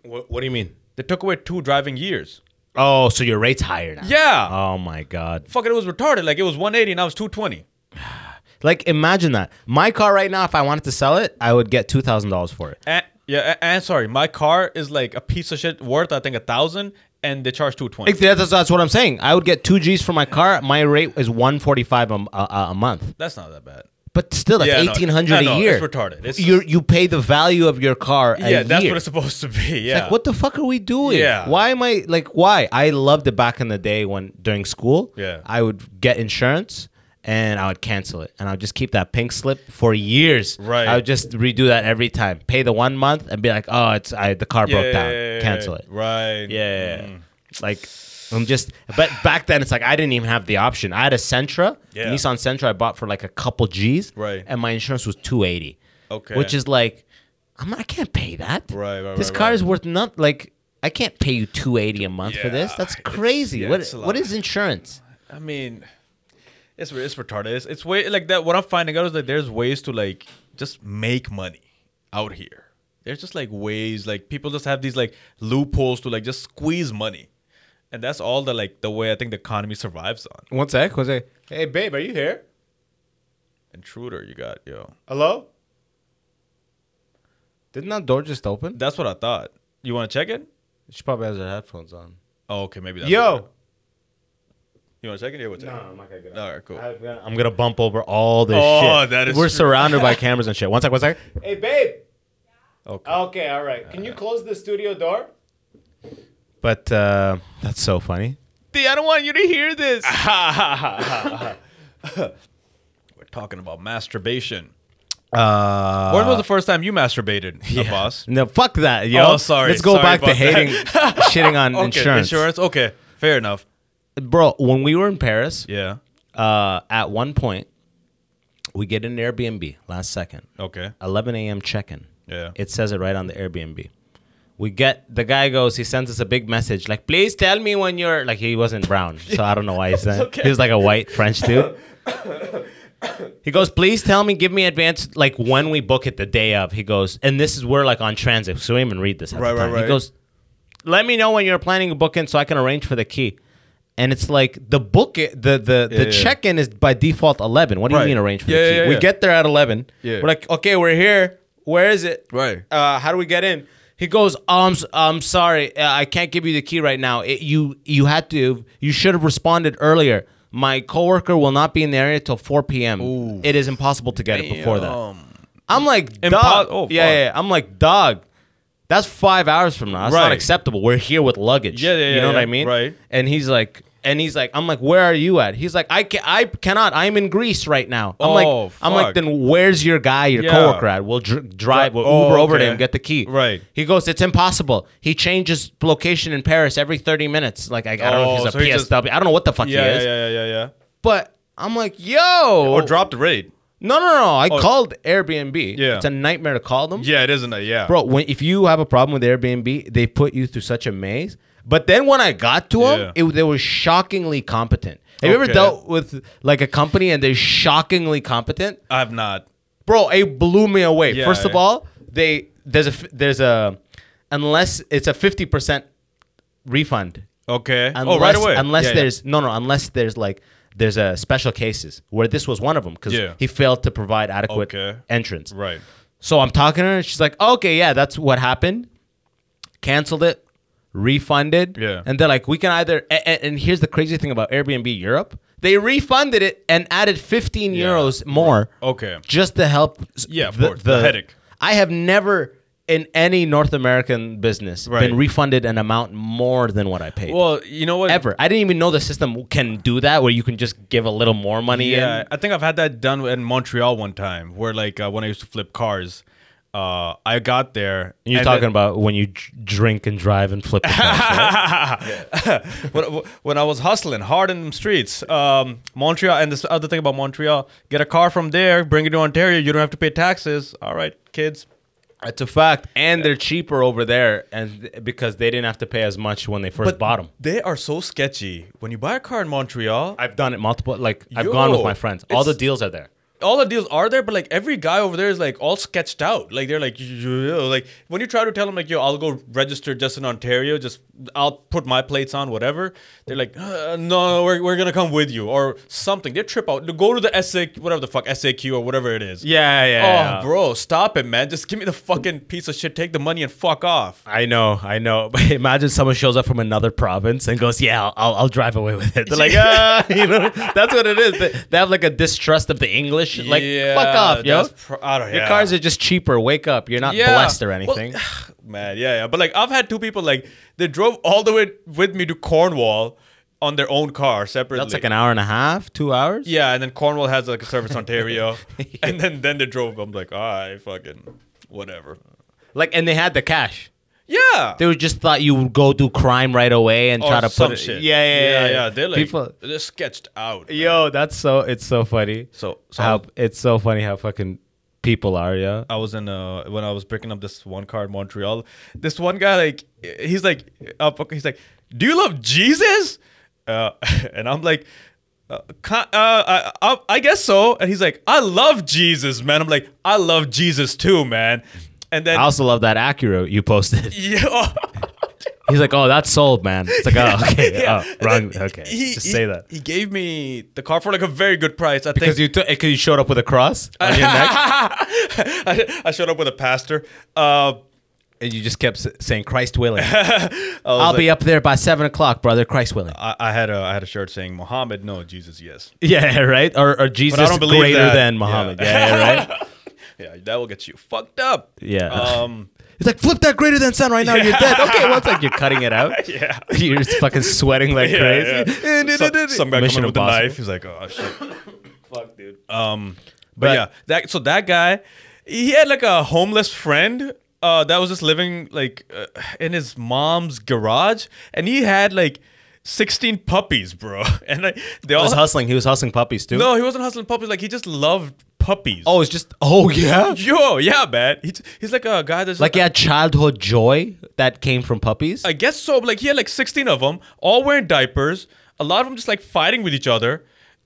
What, what do you mean?
They took away two driving years.
Oh, so your rate's higher now?
Yeah.
Oh my god!
Fucking, it was retarded. Like it was 180, and I was 220.
Like imagine that. My car right now, if I wanted to sell it, I would get two thousand dollars for it.
And, yeah, a- and sorry, my car is like a piece of shit worth I think a thousand, and they charge 220.
Like, That's, that's what I'm saying. I would get two G's for my car. My rate is one forty five a, m- a- a- a month.
That's not that bad.
But still, that's
Yeah, no,
eighteen hundred
no,
a
no,
year.
it's retarded. It's-
you you pay the value of your car. A
yeah, that's
year.
what it's supposed to be. Yeah.
Like, what the fuck are we doing?
Yeah.
Why am I like? Why I loved it back in the day when during school.
Yeah.
I would get insurance and I would cancel it and I would just keep that pink slip for years.
Right.
I would just redo that every time. Pay the one month and be like, oh, it's I the car
Yeah,
broke down.
yeah, yeah,
cancel
yeah.
it.
Right.
Yeah.
Mm.
Like I'm just but back then it's like I didn't even have the option. I had a Sentra,
Yeah.
a Nissan Sentra I bought for like a couple G's.
Right.
And my insurance was two eighty.
Okay.
Which is like I'm not, I can't pay that.
Right, right,
This
right,
car
right.
is worth not like I can't pay you two eighty a month for this.
Yeah,
That's
it's-
crazy.
yeah,
what
it's a
what
lot.
is insurance?
I mean, it's it's retarded. It's, it's way like that. What I'm finding out is that there's ways to like just make money out here. There's just like ways like people just have these like loopholes to like just squeeze money, and that's all the like the way I think the economy survives on.
One sec, Jose. Hey babe, are you here?
Intruder, you got yo.
Hello? Didn't that door just open?
That's what I thought. You want to check it?
She probably has her headphones on.
Oh, okay, maybe. That's
Yo.
you want to check it? Yeah, we'll check it.
I'm not gonna get
All right, cool.
I'm gonna, I'm gonna bump over all this
Oh,
shit.
that is
We're
true.
surrounded by cameras and shit. One sec, one sec. Hey, babe.
Okay.
Okay, all right. Can you close the studio door? But uh, that's so funny.
I don't want you to hear this. We're talking about masturbation.
Uh,
when was the first time you masturbated, Abbas?
No, fuck that, yo.
Oh, sorry.
Let's go
Sorry
back to
about that.
hating, shitting on
Okay,
insurance.
Okay, fair enough.
Bro, when we were in Paris,
Yeah.
uh, at one point, we get an Airbnb last second.
Okay.
11 a.m. check-in.
Yeah.
It says it right on the Airbnb. We get the guy goes. He sends us a big message like, "Please tell me when you're like." He wasn't brown, so I don't know why he sent. He was like a white French dude. he goes, "Please tell me, give me advance like when we book it the day of." He goes, and this is we're like on transit, so we didn't even read this. At
Right,
the
right,
time. He
right.
goes, "Let me know when you're planning a booking so I can arrange for the key." And it's like the book, the the the
yeah.
check-in is by default eleven. What do
Right.
you mean arrange for
Yeah,
the key?
yeah, yeah,
We
yeah.
get there at eleven.
Yeah.
We're like okay, we're here. Where is it?
Right.
Uh, how do we get in? He goes, um, s- I'm sorry, uh, I can't give you the key right now. It, you you had to, you should have responded earlier. My coworker will not be in the area till 4 p.m. It is impossible to get it before that. I'm like,
Impo-
dog.
oh, fuck.
yeah, yeah, yeah. I'm like, dog. That's five hours from now. That's not
Right.
acceptable. We're here with luggage.
Yeah, yeah,
You know
yeah,
what I
yeah.
mean?
Right.
And he's like, and he's like, I'm like, where are you at? He's like, I can, I cannot. I'm in Greece right now. I'm
Oh,
like, I'm like,
fuck.
then where's your guy, your
Yeah.
coworker at? We'll dr- drive, we'll
Oh,
Uber over to
okay.
him, get the key.
Right.
He goes, it's impossible. He changes location in Paris every 30 minutes. Like I, I don't know if
Oh,
he's a
so he
PSW.
just-
I don't know what the fuck
Yeah,
he
yeah,
is.
yeah, yeah, yeah.
But I'm like, yo,
Or drop the rate.
no, no, no. I
Oh.
called Airbnb.
Yeah.
It's a nightmare to call them
Yeah, it isn't it? Yeah.
bro. When if you have a problem with Airbnb, they put you through such a maze. But then when I got to them,
Yeah.
it, they were shockingly competent. Have you ever
Okay.
dealt with like a company and they're shockingly competent,
I have not.
bro? It blew me away.
Yeah,
First of
yeah.
all, they there's a f- there's a unless it's a fifty percent refund.
Okay.
Unless,
oh, right away.
Unless
Yeah, yeah.
there's no no unless there's like there's a special cases where this was one of them because
Yeah.
he failed to provide adequate
Okay.
entrance.
Right.
So I'm talking to her. She's like, okay, yeah, that's what happened. Canceled it, refunded.
Yeah.
And they're like, we can either. And, and here's the crazy thing about Airbnb Europe they refunded it and added 15
Yeah.
euros more.
Okay.
Just to help. s-
Yeah, of course, the headache.
I have never in any North American business
Right.
been refunded an amount more than what I paid.
Well, you know what?
Ever. I didn't even know the system can do that where you can just give a little more money.
Yeah,
in.
I think I've had that done in Montreal one time, where like uh, when I used to flip cars, uh, I got there.
You're
and
talking
then-
about when you dr- drink and drive and flip the car.
when, when I was hustling hard in the streets, um, Montreal. And this other thing about Montreal: get a car from there, bring it to Ontario. You don't have to pay taxes. All right, kids.
It's a fact, and they're cheaper over there, and because they didn't have to pay as much when they first bought them.
They are so sketchy. When you buy a car in Montreal,
I've done it multiple. Like I've gone with
Yo,
my friends. All the
it's-
deals are there.
all the deals are there, but like every guy over there is like all sketched out. Like they're like, "Yo," like when you try to tell them like, yo, I'll go register just in Ontario, just I'll put my plates on, whatever. They're like, uh, no, we're, we're gonna come with you or something. They trip out. Go to the SAQ, whatever the fuck SAQ or whatever it is.
Yeah,
Oh, bro, stop it, man. Just give me the fucking piece of shit. Take the money and fuck off.
I know, I know. But imagine someone shows up from another province and goes, "Yeah, I'll, I'll, I'll drive away with it." They're like, "Ah," you know, that's what it is. They, they have like a distrust of the English. Like,
Yeah,
fuck off, yo.
that's pro- I don't-
Your
yeah.
cars are just cheaper. Wake up. You're not blessed or
Well,
anything.
man, yeah, yeah. But like I've had two people like they drove all the way with me to Cornwall on their own car separately.
that's like an hour and a half, two hours.
Yeah, and then Cornwall has like a service Ontario, and then then they drove. I'm like, all right, fucking whatever.
Like, and they had the cash.
Yeah,
They would just thought you would go do crime right away and
or
try to
some
put it.
shit.
Yeah, yeah, yeah,
yeah. They're like
People-
they're sketched out. man.
yo, that's so. It's so funny.
So so I
how
was-
it's so funny how fucking people are. Yeah.
I was in uh when I was picking up this one car in Montreal. This one guy like he's like up he's like, do you love Jesus? Uh, and I'm like. Uh, ki- uh, I, I, I guess so. And he's like, I love Jesus, man. I'm like, I love Jesus too, man. And then, oh,
I also love that Acura you posted.
yeah,
He's like, "Oh, that's sold, man." It's like, "Oh, okay,
Yeah.
oh, wrong." Okay,
He-
just
he-
say that
He gave me the car for like a very good price. I
because
think
you took because you showed up with a cross on
Uh,
your neck
I, I showed up with a pastor. Uh,
and you just kept s- saying, "Christ willing, I'll be up there by seven o'clock, brother. Christ willing."
I, I had a I had a shirt saying Muhammad, no Jesus, yes.
yeah, right. Or, or Jesus
don't believe
greater
that.
than
Yeah.
Muhammad. Yeah, yeah, right.
Yeah, that will get you fucked up.
Yeah.
Um.
It's like flip that greater than sun right now. You're dead. Okay, well, it's like you're cutting it out.
Yeah.
You're just fucking sweating like crazy.
Yeah, yeah. some, some guy
Mission
coming with a
Impossible.
knife. He's like, oh shit. Fuck, dude. Um. But
Right.
yeah, that so that guy, he had like a homeless friend uh, that was just living like uh, in his mom's garage, and he had like sixteen puppies, bro. And like
He
they all
was hustling. He was hustling puppies too.
no, he wasn't hustling puppies. Like he just loved puppies.
Oh, it's just. Oh yeah.
yo, yeah, man. He, he's like a guy that's
Like he had childhood joy that came from puppies.
I guess so. But like he had like sixteen of them, all wearing diapers. A lot of them just like fighting with each other,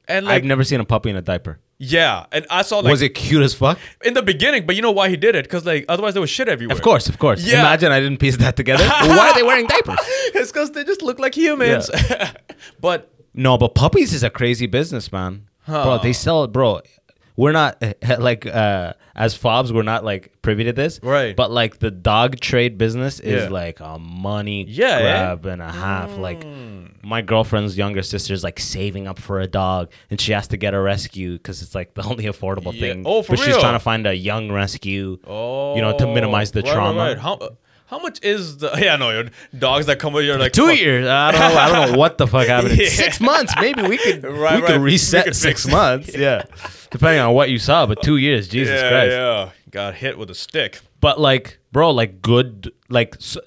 and like
I've never seen a puppy in a diaper.
yeah. And I saw like
was it cute as fuck?
in the beginning, but you know why he did it? Because like otherwise there was shit everywhere.
Of course, of course.
Yeah.
Imagine I didn't piece that together. Why are they wearing diapers?
it's because they just look like humans. but
No, but puppies is a crazy business, man. Bro, they sell it, bro. We're not like uh as fobs, we're not like privy to this.
Right.
But like the dog trade business is
Yeah.
like a money
Yeah, eh? Mm.
grab and a half. Like my girlfriend's younger sister's like saving up for a dog and she has to get a rescue because it's like the only affordable
Yeah.
thing.
Oh, for
but she's
real?
trying to find a young rescue.
oh,
You know, to minimize the
right, right,
trauma.
right. How, how much is the yeah? No, your dogs that come with your like
Two
fuck-
years. I don't know. I don't know what the fuck happened.
Yeah.
Six months. Maybe we could
Right,
we
right.
could
We
reset
could
six
fix it.
months. Yeah. Depending on what you saw, but two years. Jesus
yeah,
Christ.
yeah. Got hit with a stick.
But like, bro, like good. Like, s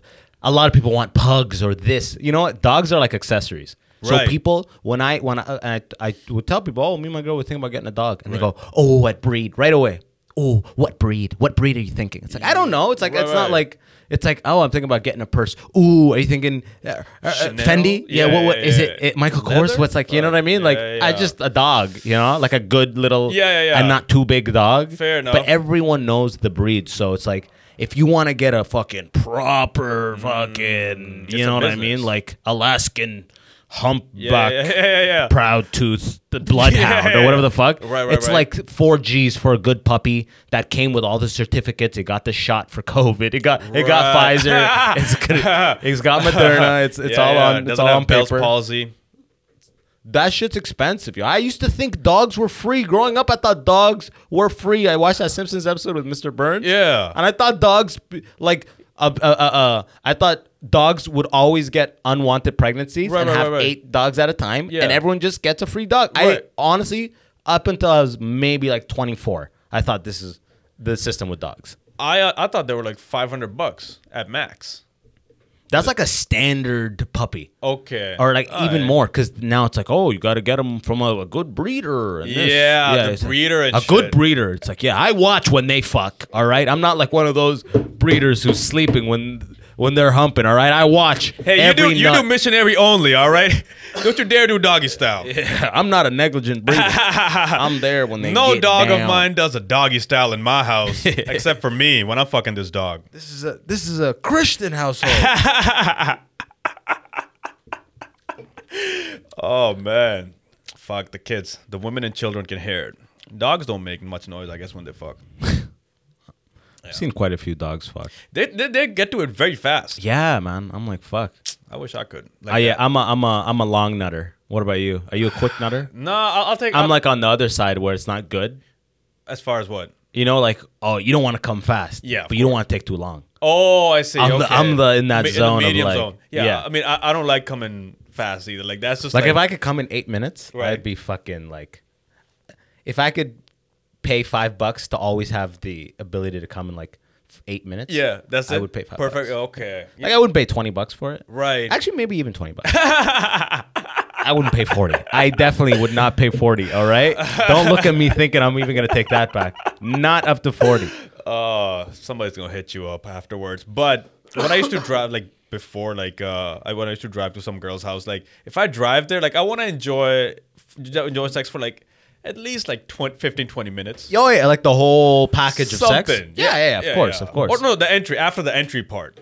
a lot of people want pugs or this. You know what? Dogs are like accessories. So
Right.
people, when I when I, I I would tell people, oh, me and my girl were thinking about getting a dog, and they go, oh, what breed? Right away. Oh, what breed? What breed are you thinking? It's like I don't know. It's like
Right,
it's not
right.
like it's like oh, I'm thinking about getting a purse. Ooh, are you thinking uh, uh, uh,
Chanel?
Fendi? Yeah.
Yeah,
what what
yeah,
is
yeah.
it? it? Michael
Leather?
Kors? What's like? You know what I mean?
Yeah,
like I
yeah.
just a dog. You know, like a good little
Yeah, yeah, yeah.
and not too big dog.
Fair enough.
But everyone knows the breed, so it's like if you want to get a fucking proper fucking,
Mm, it's
you
a
know what I
business.
mean, like Alaskan
Yeah,
humpback
yeah, yeah, yeah, yeah.
proud tooth the bloodhound
Yeah.
or whatever the fuck.
Right, right,
It's
right.
like four G's for a good puppy that came with all the certificates. It got the shot for COVID. It got it got
Right.
Pfizer. It's gonna, it's got Moderna. It's it's
Yeah,
all
yeah.
on it's
Doesn't
all on
have Bell's
paper.
palsy.
That shit's expensive. Yo. I used to think dogs were free. Growing up, I thought dogs were free. I watched that Simpsons episode with Mr. Burns.
Yeah.
And I thought dogs, like, uh, uh, uh, uh, I thought dogs would always get unwanted pregnancies
Right,
and
right,
have
right, right.
eight dogs at a time,
Yeah.
and everyone just gets a free dog.
Right.
I honestly, up until I was maybe like 24, I thought this is the system with dogs.
I uh, I thought they were like five hundred bucks at max.
That's like a standard puppy.
Okay.
Or like
All
even
right.
more, because now it's like, oh, you got to get them from a, a good breeder. And this.
Yeah, the
it's like-
breeder and
a good
shit.
breeder. It's like, yeah, I watch when they fuck. All right, I'm not like one of those breeders who's sleeping when when they're humping. All right, I watch.
Hey, you
every
do you
nut.
do missionary only, all right? Don't you dare do doggy style.
I'm not a negligent breeder. I'm there when they.
No
get
dog of
down.
mine does a doggy style in my house, except for me when I'm fucking this dog.
This is a this is a Christian household.
Oh man, fuck the kids. The women and children can hear it. Dogs don't make much noise, I guess, when they fuck.
I've seen quite a few dogs fuck.
They they, they get to it very fast.
Yeah, man. I'm like fuck.
I wish I could. Like
Oh yeah,
that.
I'm a I'm a I'm a long nutter. What about you? Are you a quick nutter?
no, I'll, I'll take.
I'm
I'll-
like on the other side where it's not good.
as far as what?
You know, like oh, you don't want to come fast.
Yeah, of
but you don't want to take too long.
Oh, I see.
I'm the-
okay.
I'm the- in that
Me-
zone of,
the medium
like-
zone. Yeah,
yeah.
I mean, I, I don't like coming fast either. Like that's just
Like,
like,
if I could come in eight minutes,
Right.
I'd be fucking like. If I could pay five bucks to always have the ability to come in like f- eight minutes,
yeah, that's
I
it.
would pay five.
Perfect.
Bucks.
Okay.
Like I wouldn't pay twenty bucks for it.
Right.
Actually, maybe even twenty bucks. I wouldn't pay forty. I definitely would not pay forty. All right. Don't look at me thinking I'm even gonna take that back. Not up to forty.
uh somebody's gonna hit you up afterwards but when i used to drive like before like uh I, when i used to drive to some girl's house like if i drive there like i want to enjoy f- enjoy sex for like at least like 20, 15 20 minutes
Yo, yeah, like the whole package of sex.
Something.
Yeah, yeah, of course,
yeah.
of course.
or no the entry after the entry part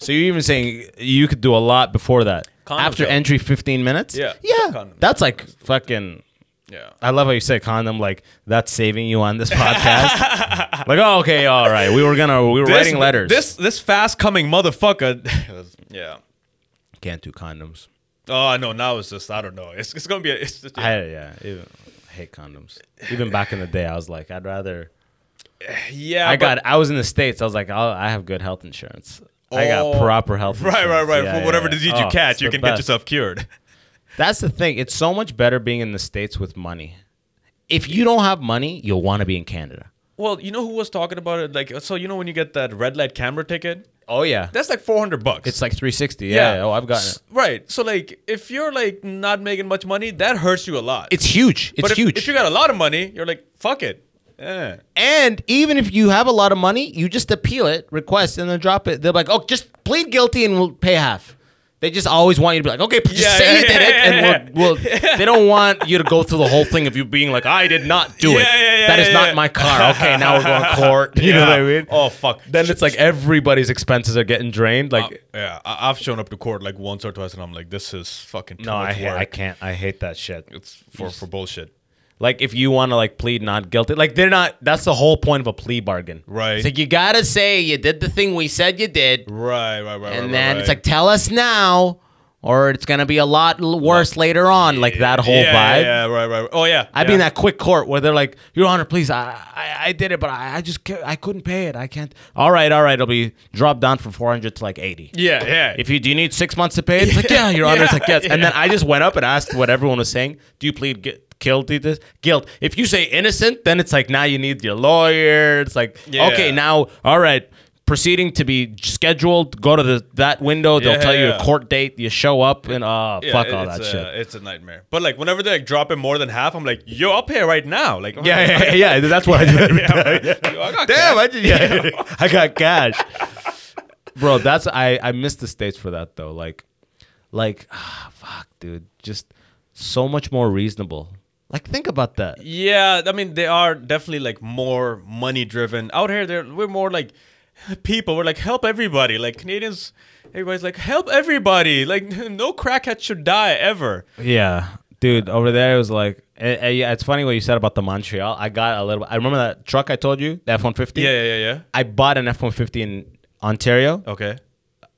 So you're even saying you could do a lot before that.
Condom
After
joke.
entry, 15 minutes.
Yeah,
yeah.
condom.
That's like fucking.
yeah
I love how you said condom. Like that's saving you on this podcast. like oh, okay, all right. We were gonna we were writing letters.
this this fast coming motherfucker yeah
can't do condoms.
oh no now it's just i don't know it's, it's gonna be a, it's just,
I yeah. even- I hate condoms. Even back in the day, I was like, I'd rather.
yeah
I
Uh, but-
got. I was in the states. I was like, I'll, I have good health insurance. I got
Oh.
proper health.
right right
insurance.
right
Yeah,
for whatever
yeah,
disease
yeah.
you
Oh,
catch
it's
you
the
can get
best.
yourself cured
That's the thing. It's so much better being in the states with money. if you don't have money, you'll want to be in Canada.
Well, you know who was talking about it? Like, so you know when you get that red light camera ticket,
Oh yeah,
that's like four hundred bucks.
it's like 360. Yeah. Oh, I've gotten it.
S- Right. So like, if you're like not making much money, that hurts you a lot.
It's huge. It's
but if,
huge.
If you got a lot of money, you're like, fuck it. Eh.
and even if you have a lot of money, you just appeal it, request, and then drop it. They're like, oh, just plead guilty and we'll pay half. They just always want you to be like, okay, just
Yeah,
say you
yeah,
did it,
yeah,
and we'll, we'll. They don't want you to go through the whole thing of you being like, I did not do it.
Yeah, yeah, yeah,
that is
yeah,
not
yeah.
my car. Okay, now we're going to court. You know
Yeah.
what I mean?
Oh fuck.
Then it's like everybody's expenses are getting drained. Like,
yeah, I, I've shown up to court like once or twice, and I'm like, this is fucking too
no, I,
much
ha-
Oh, work.
I can't. I hate that shit.
It's for for bullshit.
Like if you want to like plead not guilty, like they're not. That's the whole point of a plea bargain,
Right.
It's like you gotta say you did the thing we said you did,
Right, right, right.
and
right,
then
right,
it's like tell us now, or it's gonna be a lot l- worse later on. Like that whole
yeah,
vibe.
Yeah, yeah, right, right. Oh yeah.
I've
yeah.
been in that quick court where they're like, "Your Honor, please, I, I, I did it, but I, I just, ca- I couldn't pay it. I can't." All right, all right, it'll be dropped down from four hundred to like eighty.
Yeah, yeah.
If you do you need six months to pay, it? it's like yeah, your honor. It's like yes. And then I just went up and asked what everyone was saying. Do you plead gu- guilty? to This guilt. If you say innocent, then it's like now you need your lawyer. It's like
Yeah.
okay, now all right. Proceeding to be scheduled. Go to the that window. They'll
Yeah,
tell you
yeah.
a court date. You show up and oh
Yeah,
fuck all
it's
that
a,
shit.
It's a nightmare. But like whenever they like drop it more than half, I'm like, yo, I'll pay it right now. Like
yeah, yeah, yeah, yeah, That's what I did.
I got
Damn,
cash.
I just, yeah, I got cash. Bro, that's I I miss the states for that though. Like like ah, fuck, dude. Just so much more reasonable. Like think about that.
Yeah, I mean they are definitely like more money driven. Out here they're we're more like people, we're like help everybody. Like Canadians everybody's like help everybody. Like no crackhead should die ever.
Yeah. Dude, over there it was like eh, eh, yeah, it's funny what you said about the Montreal. I got a little I remember that truck I told you, the F one fifty.
Yeah, yeah, yeah,
I bought an F one fifty in Ontario,
yeah. Okay.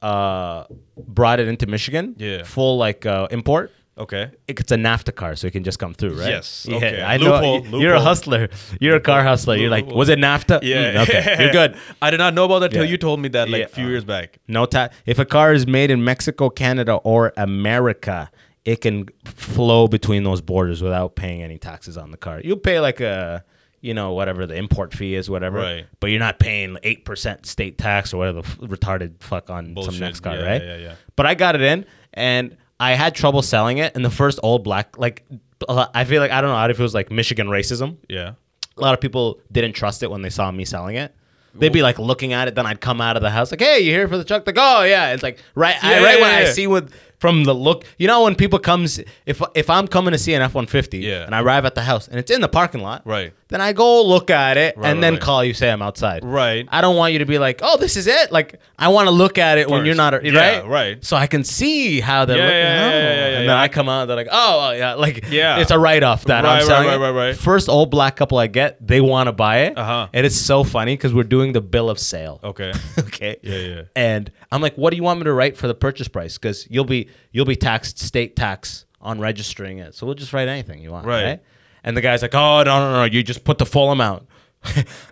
uh brought it into Michigan.
Yeah.
Full like uh import.
Okay.
it's a NAFTA car, so it can just come through, right?
Yes,
Yeah,
okay.
I know.
Loophole,
y- You're a
loophole.
hustler. You're a car hustler. You're like,
Loophole.
was it NAFTA?
Yeah.
Mm, okay. You're good.
I did not know about that till
Yeah.
you told me that like
Yeah.
a few years back.
No ta- If a car is made in Mexico, Canada, or America, it can flow between those borders without paying any taxes on the car. You pay like a, you know, whatever the import fee is, whatever.
Right.
But you're not paying eight percent state tax or whatever the f- retarded fuck on some
Bullshit.
next car,
Yeah,
right?
yeah, yeah.
But I got it in, and I had trouble selling it. And the first all black, like, uh, I feel like I don't know how it feels like Michigan racism
Yeah.
a lot of people didn't trust it when they saw me selling it. They'd be like looking at it, then I'd come out of the house like, "Hey, you here for the truck?" Like, "Oh yeah." It's like right, I,
Yeah,
right
yeah,
when I
yeah.
see what from the look, you know, when people comes, if if I'm coming to see an F one fifty,
Yeah.
and I arrive at the house and it's in the parking lot,
Right.
Then I go look at it
Right,
and
right,
then
right.
call you, say I'm outside,
Right.
I don't want you to be like, "Oh, this is it." Like, I want to look at it when
First.
you're not
Yeah,
right,
right.
So I can see how they're
Yeah,
looking,
yeah, yeah, yeah, yeah,
and
yeah,
then
yeah.
I come out, they're like, "Oh, oh, yeah," like
Yeah.
it's a write off that
Right,
I'm
right,
selling.
right,
it.
right, right.
First old black couple I get, they want to buy it.
Uh-huh.
And it's so funny because we're doing the bill of sale.
Okay.
okay.
Yeah, yeah.
And I'm like, what do you want me to write for the purchase price? Because you'll be you'll be taxed state tax on registering it. So we'll just write anything you want.
Right.
Right. And the guy's like, oh no no no, you just put the full amount.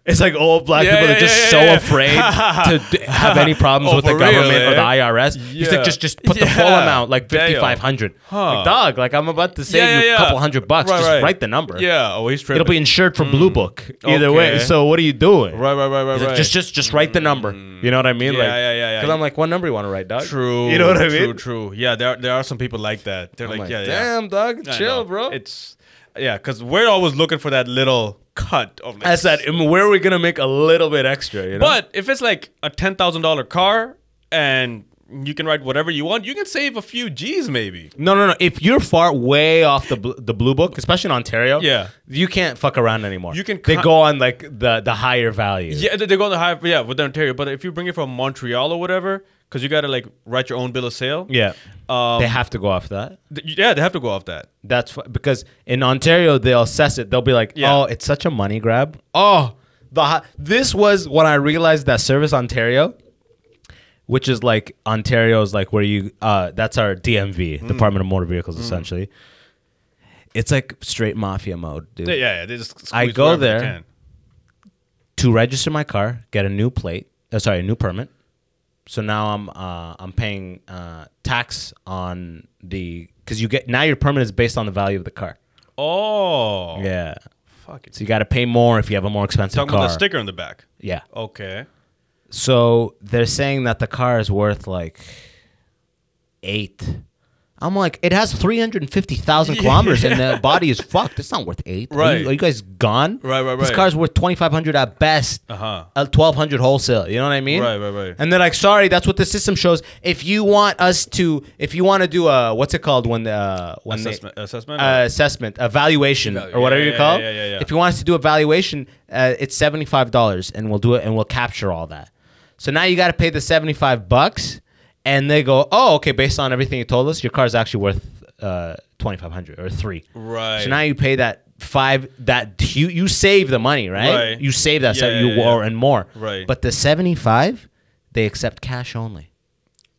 it's like old black
Yeah,
people
yeah,
are just
yeah,
so
yeah, yeah.
afraid to d- have any problems
Oh,
with the
for real,
government or the
eh?
IRS. He's
Yeah.
like, just just put the full
Yeah.
amount, like
Damn.
fifty five hundred.
Huh.
Like, dog, like I'm about to save
yeah,
you
yeah.
a couple hundred bucks.
Right,
just
right.
write the number.
Yeah. Oh, he's tripping.
It'll be insured from Blue Book either way.
Mm. Okay.
So what are you doing?
right, right, right, right,
He's like,
right. Mm.
Just just just write the number. You know what I mean?
Yeah,
like,
yeah, yeah, yeah.
Because I'm like, what number you want to write, dog?
True.
You know what I
True.
mean?
True. Yeah, there are, there are some people like that. They're
I'm
like,
like,
yeah, yeah.
damn, dog,
I
chill,
know.
bro.
It's yeah, because we're always looking for that little cut of like,
That's that. I mean, where are we gonna make a little bit extra? You know?
But if it's like a ten thousand dollar car and you can write whatever you want, you can save a few G's maybe.
no, no, no. If you're far way off the bl- the blue book, especially in Ontario,
Yeah.
you can't fuck around anymore.
You can
They
con-
go on like the the higher value.
Yeah, they they go on the high yeah with Ontario. But if you bring it from Montreal or whatever, because you gotta like write your own bill of sale.
Yeah.
Um,
they have to go off that.
th- yeah, they have to go off that.
That's f- because in Ontario they'll assess it. They'll be like,
Yeah.
"Oh, it's such a money grab." Oh, the hi- this was when I realized that Service Ontario, which is like Ontario's like where you uh that's our DMV, Department of Motor Vehicles essentially. It's like straight mafia mode, dude.
They- yeah, yeah, they just.
I
squeeze
go
whatever they
there.
can.
To register my car, get a new plate, uh, sorry, a new permit. So now I'm uh I'm paying uh tax on the cuz you get now your permit is based on the value of the car.
Oh.
Yeah.
Fuck it.
So you got to pay more if you have a more expensive
Talking
car.
about the sticker on the back.
Yeah.
Okay.
So they're saying that the car is worth like eight. I'm like, it has 350,000 kilometers and the body is fucked. It's not worth eight. Are you- Are
Right.
you, guys gone?
Right, right,
This
right.
car's worth 2,500 at best.
Uh-huh.
Uh, 1,200 wholesale. You know what I mean?
Right, right, right.
And they're like, sorry, that's what the system shows. If you want us to, if you want to do a, what's it called when the, uh, when they-
Assessment- assessment?
Uh, assessment, evaluation,
Evalu-
or whatever
yeah,
you
yeah,
call it.
yeah, yeah, yeah.
If you want us to do evaluation, uh, it's seventy five dollars, and we'll do it, and we'll capture all that. So now you got to pay the seventy five bucks, and they go, oh, okay, based on everything you told us, your car's actually worth uh, twenty five hundred or three.
Right.
So now you pay that five that you you save the money, right?
Right.
You save that,
Yeah,
so
yeah,
you
yeah,
or
yeah.
and more.
Right.
But the seventy five, they accept cash only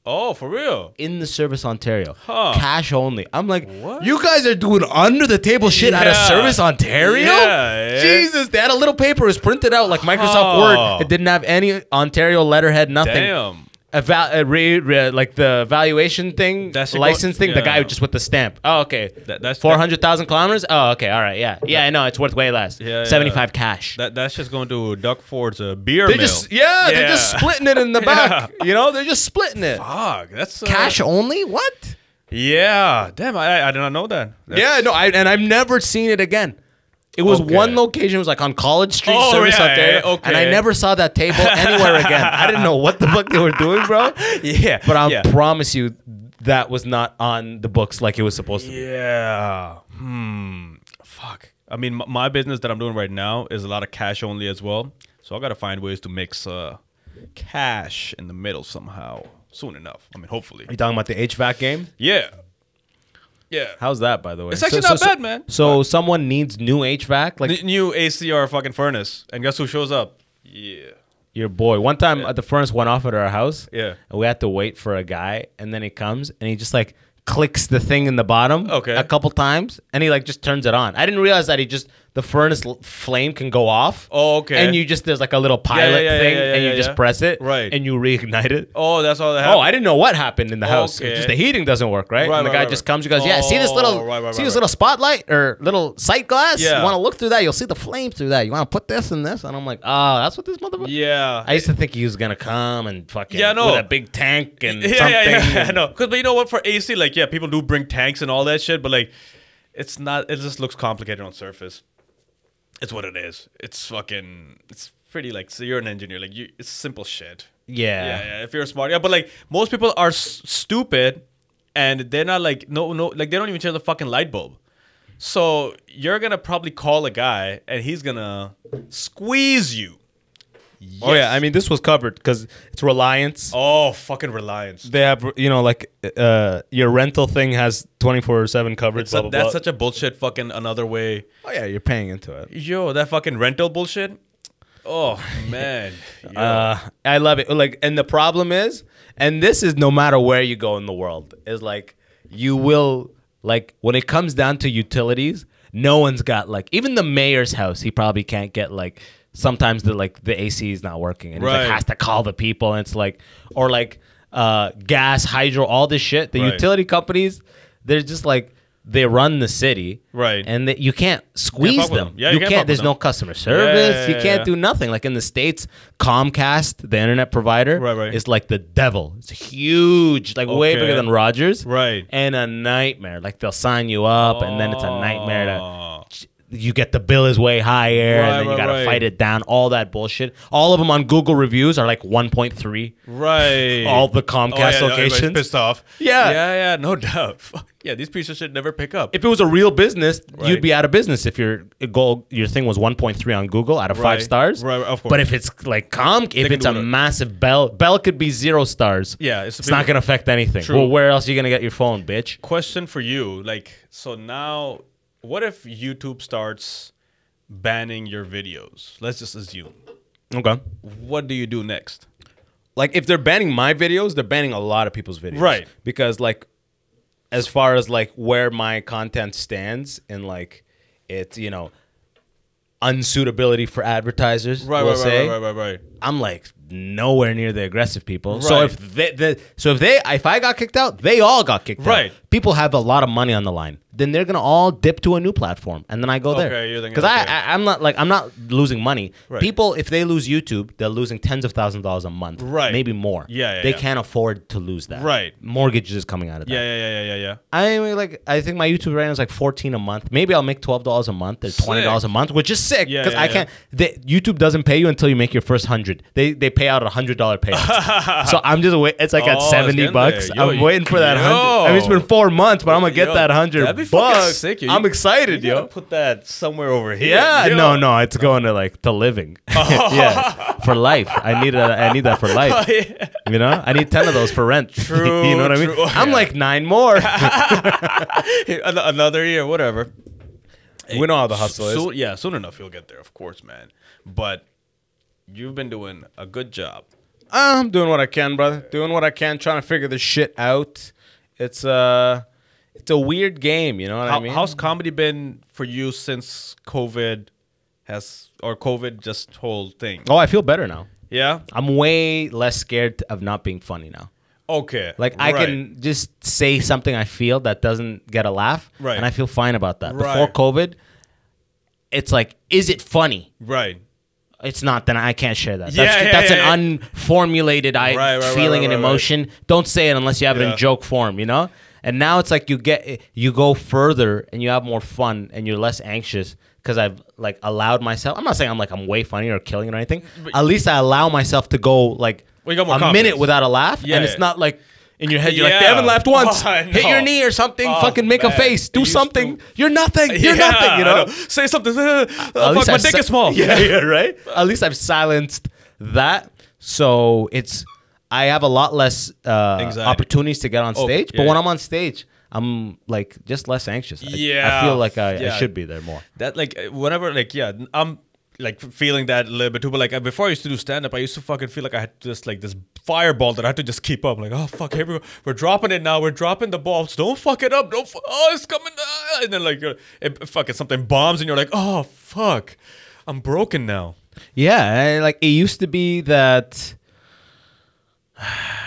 Oh, for real?
in the service Ontario.
Huh.
Cash only. I'm like,
What?
you guys are doing under the table shit out of
Yeah.
service Ontario?
Yeah, yeah.
Jesus, they had a little paper. It was printed out like Microsoft
Huh.
Word. It didn't have any Ontario letterhead, nothing.
Damn.
Eva- uh, re- re- like the valuation thing,
That should go-
license thing, the guy
yeah.
just with the stamp. Oh, okay.
That- that's-
400,000 kilometers? Oh, okay. All right. Yeah. Yeah, I know. It's worth way less.
Yeah, yeah.
75 cash.
That that's just going to Duck Ford's uh, beer
they
mill.
just, yeah, they're just splitting it in the back. You know, they're just splitting it.
Fuck, that's uh,
Cash only? What?
Yeah, damn, I I did not know that. That's-
Yeah, no, I, and I've never seen it again. It was
Okay.
one location. It was like on College Street,
Oh,
service
yeah,
out there,
yeah, okay.
and I never saw that table anywhere again. I didn't know what the fuck they were doing, bro.
yeah,
But I
yeah.
promise you, that was not on the books like it was supposed to. be.
Yeah. Hmm. Fuck. I mean, m- my business that I'm doing right now is a lot of cash only as well. So I gotta find ways to mix uh, cash in the middle somehow soon enough. I mean, hopefully.
You talking about the HVAC game?
Yeah. Yeah.
How's that, by the way?
It's actually not bad, man.
So someone needs new HVAC, like
N- new ACR fucking furnace, and guess who shows up? Yeah.
your boy. One time, uh, the furnace went off at our house.
Yeah.
and we had to wait for a guy, and then he comes and he just like clicks the thing in the bottom.
Okay.
a couple times, and he like just turns it on. I didn't realize that he just the furnace l- flame can go off.
Oh, okay.
And you just there's like a little
yeah,
pilot
yeah,
thing,
yeah, yeah,
and you
yeah,
just
yeah.
press it,
Right.
and you reignite it.
Oh, that's all that happened.
Oh, I didn't know what happened in the house. It's
Okay.
Just the heating doesn't work, right?
Right,
and the
right,
guy
right,
just
right.
comes. You goes, yeah. See this little,
Oh, right, right,
see
right,
this
right.
little spotlight or little sight glass.
Yeah.
You want to look through that, you'll see the flame through that. You want to put this and this, and I'm like, oh, that's what this motherfucker.
Yeah.
I used to think he was gonna come and fucking
Yeah, I know.
with a big tank and
yeah,
something.
yeah, yeah, I
and-
know. 'Cause- but you know what? For AC, like, yeah, people do bring tanks and all that shit, but like, it's not. It just looks complicated on surface. It's what it is. It's fucking. It's pretty like. So you're an engineer. Like, you. It's simple shit.
Yeah.
Yeah. yeah if you're smart, yeah. But like, most people are s- stupid, and they're not like no no like they don't even change the fucking light bulb. So you're gonna probably call a guy, and he's gonna squeeze you.
Oh yeah, I mean this was covered because it's Reliance.
Oh, fucking reliance.
They have you know like uh your rental thing has twenty four seven coverage.
So that's such a bullshit fucking another way.
oh yeah, you're paying into it.
Yo, that fucking rental bullshit. Oh man. Yo.
Uh, I love it. Like, and the problem is, and this is no matter where you go in the world, is like you will like when it comes down to utilities, no one's got like even the mayor's house. He probably can't get like sometimes the like the AC is not working and he's
Right.
like has to call the people and it's like or like uh gas, hydro, all this shit. The
Right.
utility companies, they're just like they run the city,
Right.
And that you can't squeeze
fuck
them.
with them. Yeah, you
you
can't
can't.
fuck with
there's
them.
no customer service.
yeah,
you
yeah,
can't
yeah.
do nothing. Like in the states, Comcast, the internet provider,
Right, right.
is like the devil. It's huge, like way
Okay.
bigger than Rogers,
Right.
And a nightmare. Like they'll sign you up, and then it's a nightmare
Ah.
to. You get the bill is way higher,
Oh. Right,
and then you
right,
gotta
right.
fight it down. All that bullshit. All of them on Google reviews are like 1.3.
right.
All the Comcast
Oh, yeah, everybody's
locations.
pissed off.
Yeah.
Yeah, yeah, no doubt. Fuck. Yeah, these pieces of shit never pick up.
if it was a real business,
Right.
you'd be out of business if your goal, your thing was 1.3 on Google out of
Right.
five stars.
Right, of course.
But if it's like Comc, if
can
it's
do
a
it.
massive Bell, Bell could be zero stars.
Yeah, it's
it's,
the
not
people-
gonna affect anything.
True.
Well, where else are you gonna get your phone, bitch?
Question for you. Like, so now what if YouTube starts banning your videos? Let's just assume.
Okay.
What do you do next?
Like if they're banning my videos, they're banning a lot of people's videos.
Right.
Because like, as far as like where my content stands and like, it's you know, unsuitability for advertisers.
Right,
we'll
right,
say,
right, right, right, right, right.
I'm like nowhere near the aggressive people. So
Right.
if they, the so if they if I got kicked out, they all got kicked
Right.
out. People have a lot of money on the line. Then they're gonna all dip to a new platform, and then I go
Okay, you're
there
thinking,
because I,
okay.
I I'm not like I'm not losing money.
Right.
People if they lose YouTube, they're losing tens of thousands of dollars a month,
Right.
Maybe more.
Yeah, yeah,
they
yeah.
can't afford to lose that.
Right.
mortgages coming out of that.
Yeah, yeah, yeah, yeah, yeah, yeah.
I mean, like I think my YouTube right now is like fourteen a month. Maybe I'll make twelve dollars a month or twenty dollars a month, which is sick
Yeah,
because
yeah,
I
yeah.
can't. They, YouTube doesn't pay you until you make your first hundred. They they pay out a hundred dollar payout. so I'm just wait. It's like
Oh,
at
it's
seventy
getting
bucks.
there. Yo,
I'm
you-
waiting for that
yo.
hundred. I mean, it's been four months, but I'm gonna get
Yo,
that hundred
that'd be fucking
bucks.
sick, yo.
I'm
You-
excited,
You gotta
yo.
put that somewhere over here.
Yeah,
Yo.
no, no, it's going to like to living. yeah, for life. I need a, I need that for life.
Yeah.
You know, I need ten of those for rent.
True,
you know what I mean?
true.
I'm like nine more.
An- Another year, whatever.
we know how the
Soon, yeah, soon enough you'll get there, of course, man. But you've been doing a good job.
I'm doing what I can, brother. Doing what I can, trying to figure this shit out. It's uh it's a weird game, you know what
How,
I mean?
how's comedy been for you since COVID has or COVID just whole thing?
oh, I feel better now.
Yeah.
I'm way less scared of not being funny now.
Okay.
Like I
Right.
can just say something I feel that doesn't get a laugh,
Right.
and I feel fine about that.
Right.
Before COVID, it's like, is it funny?
Right.
It's not. Then I can't share that.
Yeah,
that's
yeah,
that's
yeah,
an unformulated I
Right, right, right,
feeling
right,
and
right, right.
emotion. Don't say it unless you have it
Yeah.
in joke form, you know. And now it's like you get you go further and you have more fun and you're less anxious because I've like allowed myself. I'm not saying I'm like I'm way funny or killing it or anything. At least I allow myself to go like
Well, you got more
a
confidence.
minute without a laugh,
Yeah,
and it's
yeah.
not like. In your head, you're like, they
Yeah.
haven't laughed once.
Oh, I
Hit
know.
your knee or something.
Oh,
fucking make a
man.
face.
I
Do
used
something.
to-
You're nothing. You're
Yeah,
nothing. You
I
know.
Say something. Uh,
At
fuck,
least
my
I've
dick
si-
is small.
Yeah, yeah, right. At least I've silenced that, so it's I have a lot less uh,
Anxiety.
opportunities to get on
Oh,
stage.
yeah,
but when
yeah.
I'm on stage, I'm like just less anxious. I- I,
Yeah.
feel like I,
Yeah.
I should be there more.
That like uh, whenever like yeah, n- I'm like f- feeling that a little bit too. But like uh, before I used to do stand up, I used to fucking feel like I had just like this fireball that I had to just keep up. like oh fuck, here we go. We're dropping it now. We're dropping the balls. Don't fuck it up. Don't. Fu- oh, it's coming. ah," And then like you're, it, fucking something bombs and you're like oh fuck, I'm broken now.
Yeah, I- like it used to be that.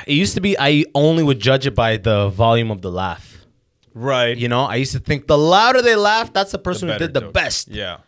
It used to be I only would judge it by the volume of the laugh.
Right.
You know, I used to think the louder they laugh, that's the person who
better
did the
joke.
best.
Yeah.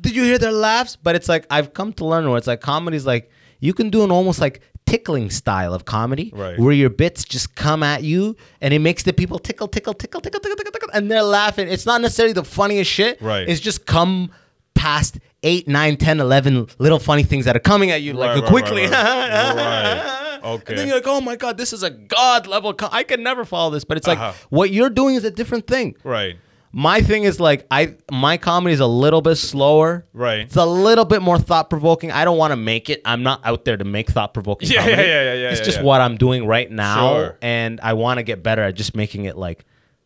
did you hear their laughs? But it's like I've come to learn where it's like comedy's like you can do an almost like tickling style of comedy
Right.
where your bits just come at you and it makes the people tickle, tickle, tickle, tickle, tickle, tickle, tickle, and they're laughing. It's not necessarily the funniest shit.
Right.
It's just come past eight, nine, 10, 11 little funny things that are coming at you
Right,
like
right,
quickly.
right, right. Right.
And then
Okay.
you're like, oh my God, this is a God level. Com- I can never follow this. But it's like
Uh-huh.
what you're doing is a different thing.
Right.
My thing is like I my comedy is a little bit slower.
Right.
It's a little bit more thought provoking. I don't want to make it. I'm not out there to make thought provoking.
Yeah,
comedy.
yeah, yeah, yeah, yeah,
It's
yeah,
just
yeah.
what I'm doing right now,
Sure.
and I want to get better at just making it like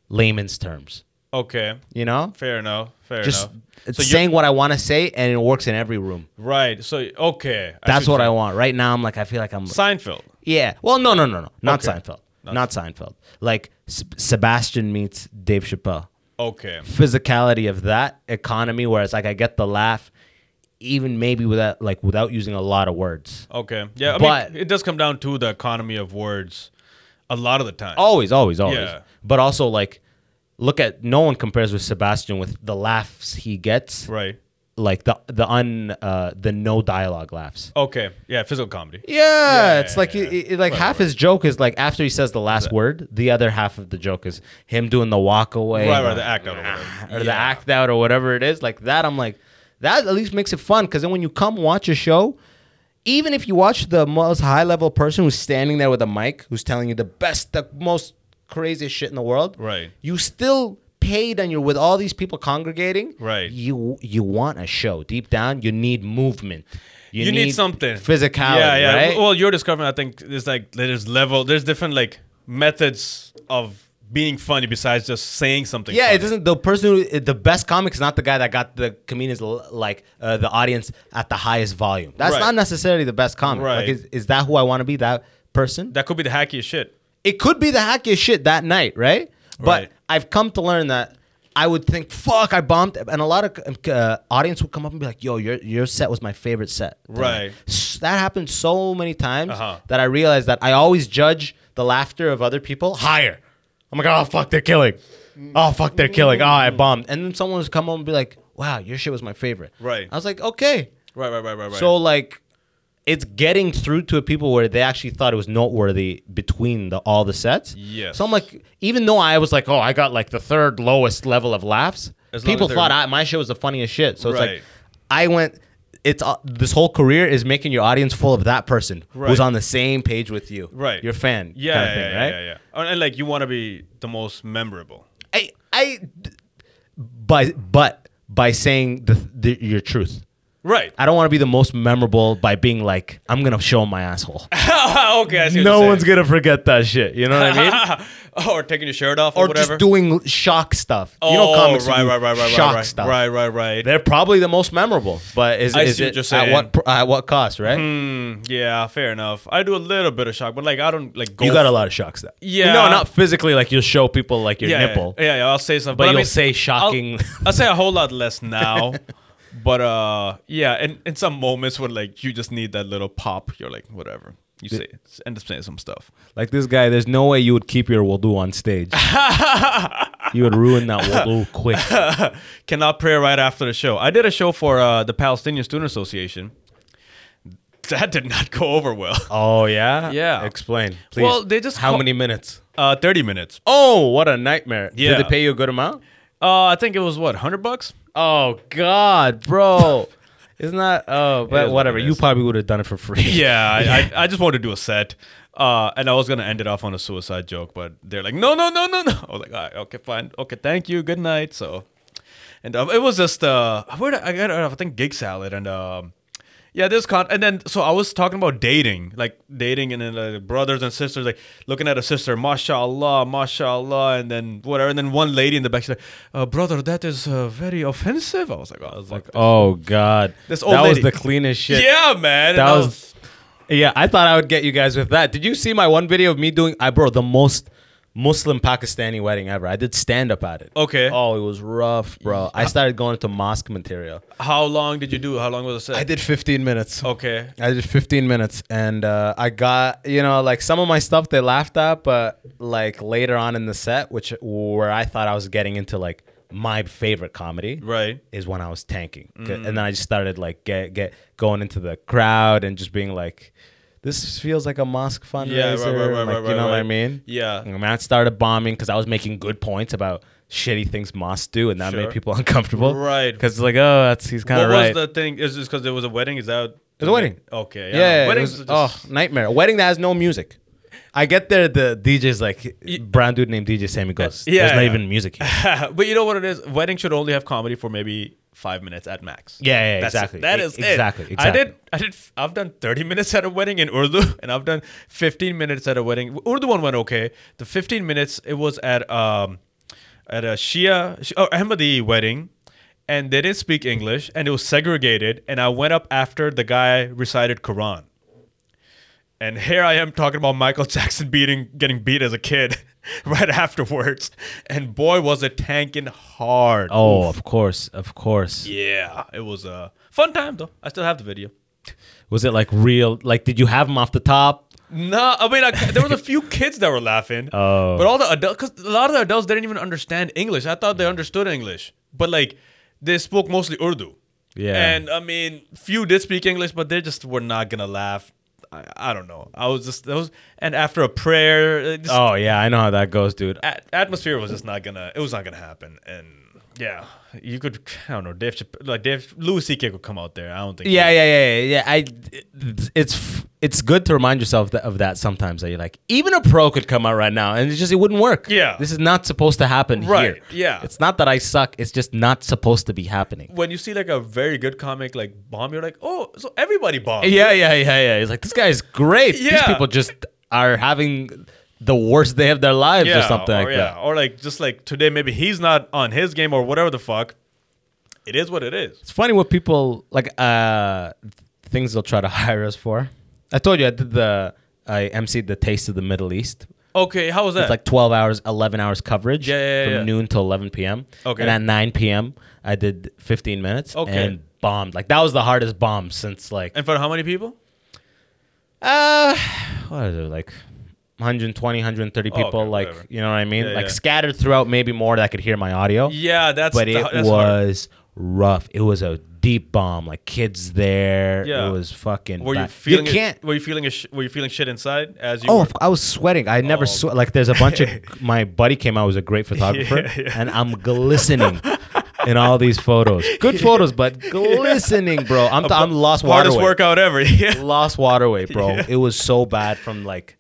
layman's terms.
Okay.
You know,
Fair enough. Fair
just
enough.
it's
So you're-
saying what I want to say, and it works in every room.
Right. So okay.
That's
see
what I
you're
want. Right now, I'm like I feel like I'm.
saying. Seinfeld.
yeah. Well, no, no, no, no, not
Okay.
Seinfeld. Not, Seinfeld. Like S- Sebastian meets Dave Chappelle.
Okay.
physicality of that economy where it's like I get the laugh even maybe without like without using a lot of words.
Okay. Yeah. I
But-
mean, it does come down to the economy of words a lot of the time.
Always, always, always.
Yeah.
But also like look at no one compares with Sebastian with the laughs he gets.
Right.
Like the the un uh the no dialogue laughs.
Okay. Yeah. Physical comedy.
Yeah, it's like
Oh, yeah,
it-
yeah.
it- like half his joke is like after he says the last word, the other half of the joke is him doing the walk away.
Right. Right.
and
The act out. Or whatever.
or the
Yeah.
act out or whatever it is like that i'm like that at least makes it fun because then when you come watch a show even if you watch the most high level person who's standing there with a mic who's telling you the best the most craziest shit in the world
Right.
you still paid and you're with all these people congregating
Right.
you you want a show deep down you need movement
You, need, something
physicality
Yeah. Yeah.
right?
Well, you're discovering. I think there's like there's level. There's different like methods of being funny besides just saying something.
Yeah,
funny.
it doesn't. The person, who, the best comic is not the guy that got the comedians l- like uh, the audience at the highest volume. That's
Right.
not necessarily the best comic.
Right.
Like, is, is that who I want to be? That person?
That could be the hackiest shit.
it could be the hackiest shit that night, right? But
Right.
I've come to learn that I would think, "Fuck, I bombed," and a lot of uh, audience would come up and be like, "Yo, your your set was my favorite set."
Right.
S- That happened so many times
Uh-huh.
that I realized that I always judge the laughter of other people higher. I'm like, "Oh fuck, they're killing." Oh fuck, they're killing. Oh, I bombed. And then someone would come up and be like, "Wow, your shit was my favorite."
Right.
I was like, "Okay."
Right, right, right, right, right.
So like it's getting through to people where they actually thought it was noteworthy between the all the sets.
Yes.
So I'm like, even though I was like, oh, I got like the third lowest level of laughs,
As long
people
as they're-
thought I, my show was the funniest shit. So it's
Right.
like, I went. It's uh, this whole career is making your audience full of that person
Right.
who's on the same page with you,
right,
Your fan, kind
Yeah,
of
yeah,
thing,
yeah,
right?
yeah, yeah. And, and like you want to be the most memorable.
I, I, by but by saying the, the your truth,
Right.
I don't want to be the most memorable by being like, I'm gonna show 'em my asshole.
okay. I see what
no
you're
one's
saying.
gonna forget that shit. You know what I mean?
or taking your shirt off or,
Or
whatever.
just doing shock stuff.
oh,
you know, comics who
right,
do
right, right, right,
shock
right,
stuff.
right, right, right.
They're probably the most memorable, but is,
I
is
see what
it
you're
at
saying. Hmm.
what pr- at what cost? Right?
Yeah, fair enough. I do a little bit of shock, but like I don't like go.
You got a lot of shock stuff.
Yeah.
No, not physically. Like you'll show people like your
yeah,
nipple.
Yeah, yeah, yeah, I'll say something,
But
I
you'll
mean,
say
I'll-
shocking-
I'll, say a whole lot less now, but uh, yeah, and in some moments when like you just need that little pop, you're like whatever you say, it, end up saying some stuff.
Like this guy. There's no way you would keep your wudu on stage. you would ruin that wudu quick.
Cannot pray right after the show. I did a show for uh, the Palestinian Student Association. That did not go over well.
Oh yeah.
Yeah.
Explain, please.
Well, they just
how
call-
many minutes?
Uh, Thirty minutes.
Oh, what a nightmare.
Yeah.
Did they pay you a good amount?
Uh, I think it was what hundred bucks.
Oh God, bro. It's not. Oh,
is
but
what
whatever.
it
You
is.
probably would have done it for free.
Yeah, I, I, I just wanted to do a set. Uh, and I was gonna end it off on a suicide joke, but they're like, no, no, no, no, no. I was like, all right, okay, fine, okay, thank you, good night. So, and um, it was just uh, where did I got it off? I think gig salad and um, yeah, this con. And then so I was talking about dating, like dating, and then uh, brothers and sisters, like looking at a sister, mashallah, mashallah, and then whatever. And then one lady in the back, she's like, uh, brother, that is uh, very offensive. I was like, oh, I was like,
Oh God.
This old
that was
lady.
the cleanest shit.
yeah, man. And
That
I
was. Yeah, I thought I would get you guys with that. Did you see my one video of me doing? I bro the most Muslim Pakistani wedding ever. I did stand up at it.
Okay.
Oh, it was rough, bro. I started going to mosque material.
How long did you do? How long was the set?
I did 15 minutes.
Okay.
I did 15 minutes and uh, I got, you know, like some of my stuff they laughed at, but like later on in the set, which where I thought I was getting into like my favorite comedy,
Right. Mm.
is when I was tanking. 'Cause- And then I just started like get get going into the crowd and just being like, this feels like a mosque fundraiser.
Yeah, right, right, right,
and, uh, like,
right,
you know
right,
what I
right.
mean? Mm,
Yeah.
And I started bombing because I was making good points about shitty things mosques do, and that
Sure.
made people uncomfortable.
Right.
Because it's like, oh, that's he's kind of
What
right.
was the thing? Is this because there was a wedding? Is that
There's a wedding.
Okay.
Yeah, it
Weddings
was,
are
oh nightmare. A wedding that has no music. I get there, the DJ's like brown dude named DJ Sammy goes.
Yeah,
there's not
yeah.
even music. Here.
but you know what it is? Wedding should only have comedy for maybe five minutes at max.
Yeah, yeah,
That's
exactly.
It. That
E-
is it.
exactly,
I
exactly.
did. I did. I've done 30 minutes at a wedding in Urdu, and I've done 15 minutes at a wedding. Urdu one went okay. The 15 minutes it was at um at a Shia or Ahmadi wedding. And they didn't speak English, and it was segregated. And I went up after the guy recited Quran. And here I am talking about Michael Jackson beating, getting beat as a kid right afterwards. And boy, was it tanking hard.
Oh, of course, of course.
Yeah, it was uh, a fun time though. I still have the video.
Was it like real? Like, did you have him off the top?
No, I mean, I, there was a few kids that were laughing.
Oh.
But all the adults, because a lot of the adults didn't even understand English. I thought they understood English, but like they spoke mostly Urdu.
Yeah.
And I mean, few did speak English, but they just were not gonna laugh. I, I don't know. I was just that was, and after a prayer, uh, just,
Oh yeah, I know how that goes, dude.
at- atmosphere was just not gonna. It was not gonna happen. And yeah, you could. I don't know. Dave, Chap- like Dave, Louis C.K. could come out there. I don't think. he-
Yeah, yeah, yeah, yeah. yeah. I, it's f- it's good to remind yourself that, of that sometimes. That you're like, even a pro could come out right now, and it just it wouldn't work.
Yeah.
this is not supposed to happen
Right,
here.
yeah.
it's not that I suck. It's just not supposed to be happening.
when you see like a very good comic like bomb, you're like, oh, so everybody bombed.
Yeah, yeah, yeah, yeah. He's like, this guy's great. These
Yeah.
people just are having the worst day of their lives or something like
yeah.
that.
Or like just like today, maybe he's not on his game or whatever the fuck. It is what it is.
It's funny what people like uh things they'll try to hire us for. I told you I did the I emceed the Taste of the Middle East
Okay, how was that?
It's like 12 hours, 11 hours coverage
Yeah, yeah,
from
yeah.
noon till 11 p.m.
Okay.
And at 9 p.m., I did 15 minutes
Okay.
and bombed. Like, that was the hardest bomb since, like,
and for how many people?
uh, what is it, like 120, 130
Oh,
people,
okay,
like,
whatever.
you know what I mean?
Yeah,
like,
yeah.
scattered throughout maybe more that could hear my audio.
Yeah, that's
but it
the- that's hard.
was rough. It was a deep bomb. Like, kids there.
Yeah.
It was fucking.
Were you
bad.
feeling?
You can't.
It, were you feeling? A sh- were you feeling shit inside as you?
Oh,
were?
of- I was sweating. I never
Oh.
sweat. Like, there's a bunch of my buddy came out was a great photographer, and I'm glistening in all these photos. Good photos, but glistening, bro. I'm th- I'm lost
hardest
waterway.
workout ever. yeah.
Lost waterway, bro. It was so bad from like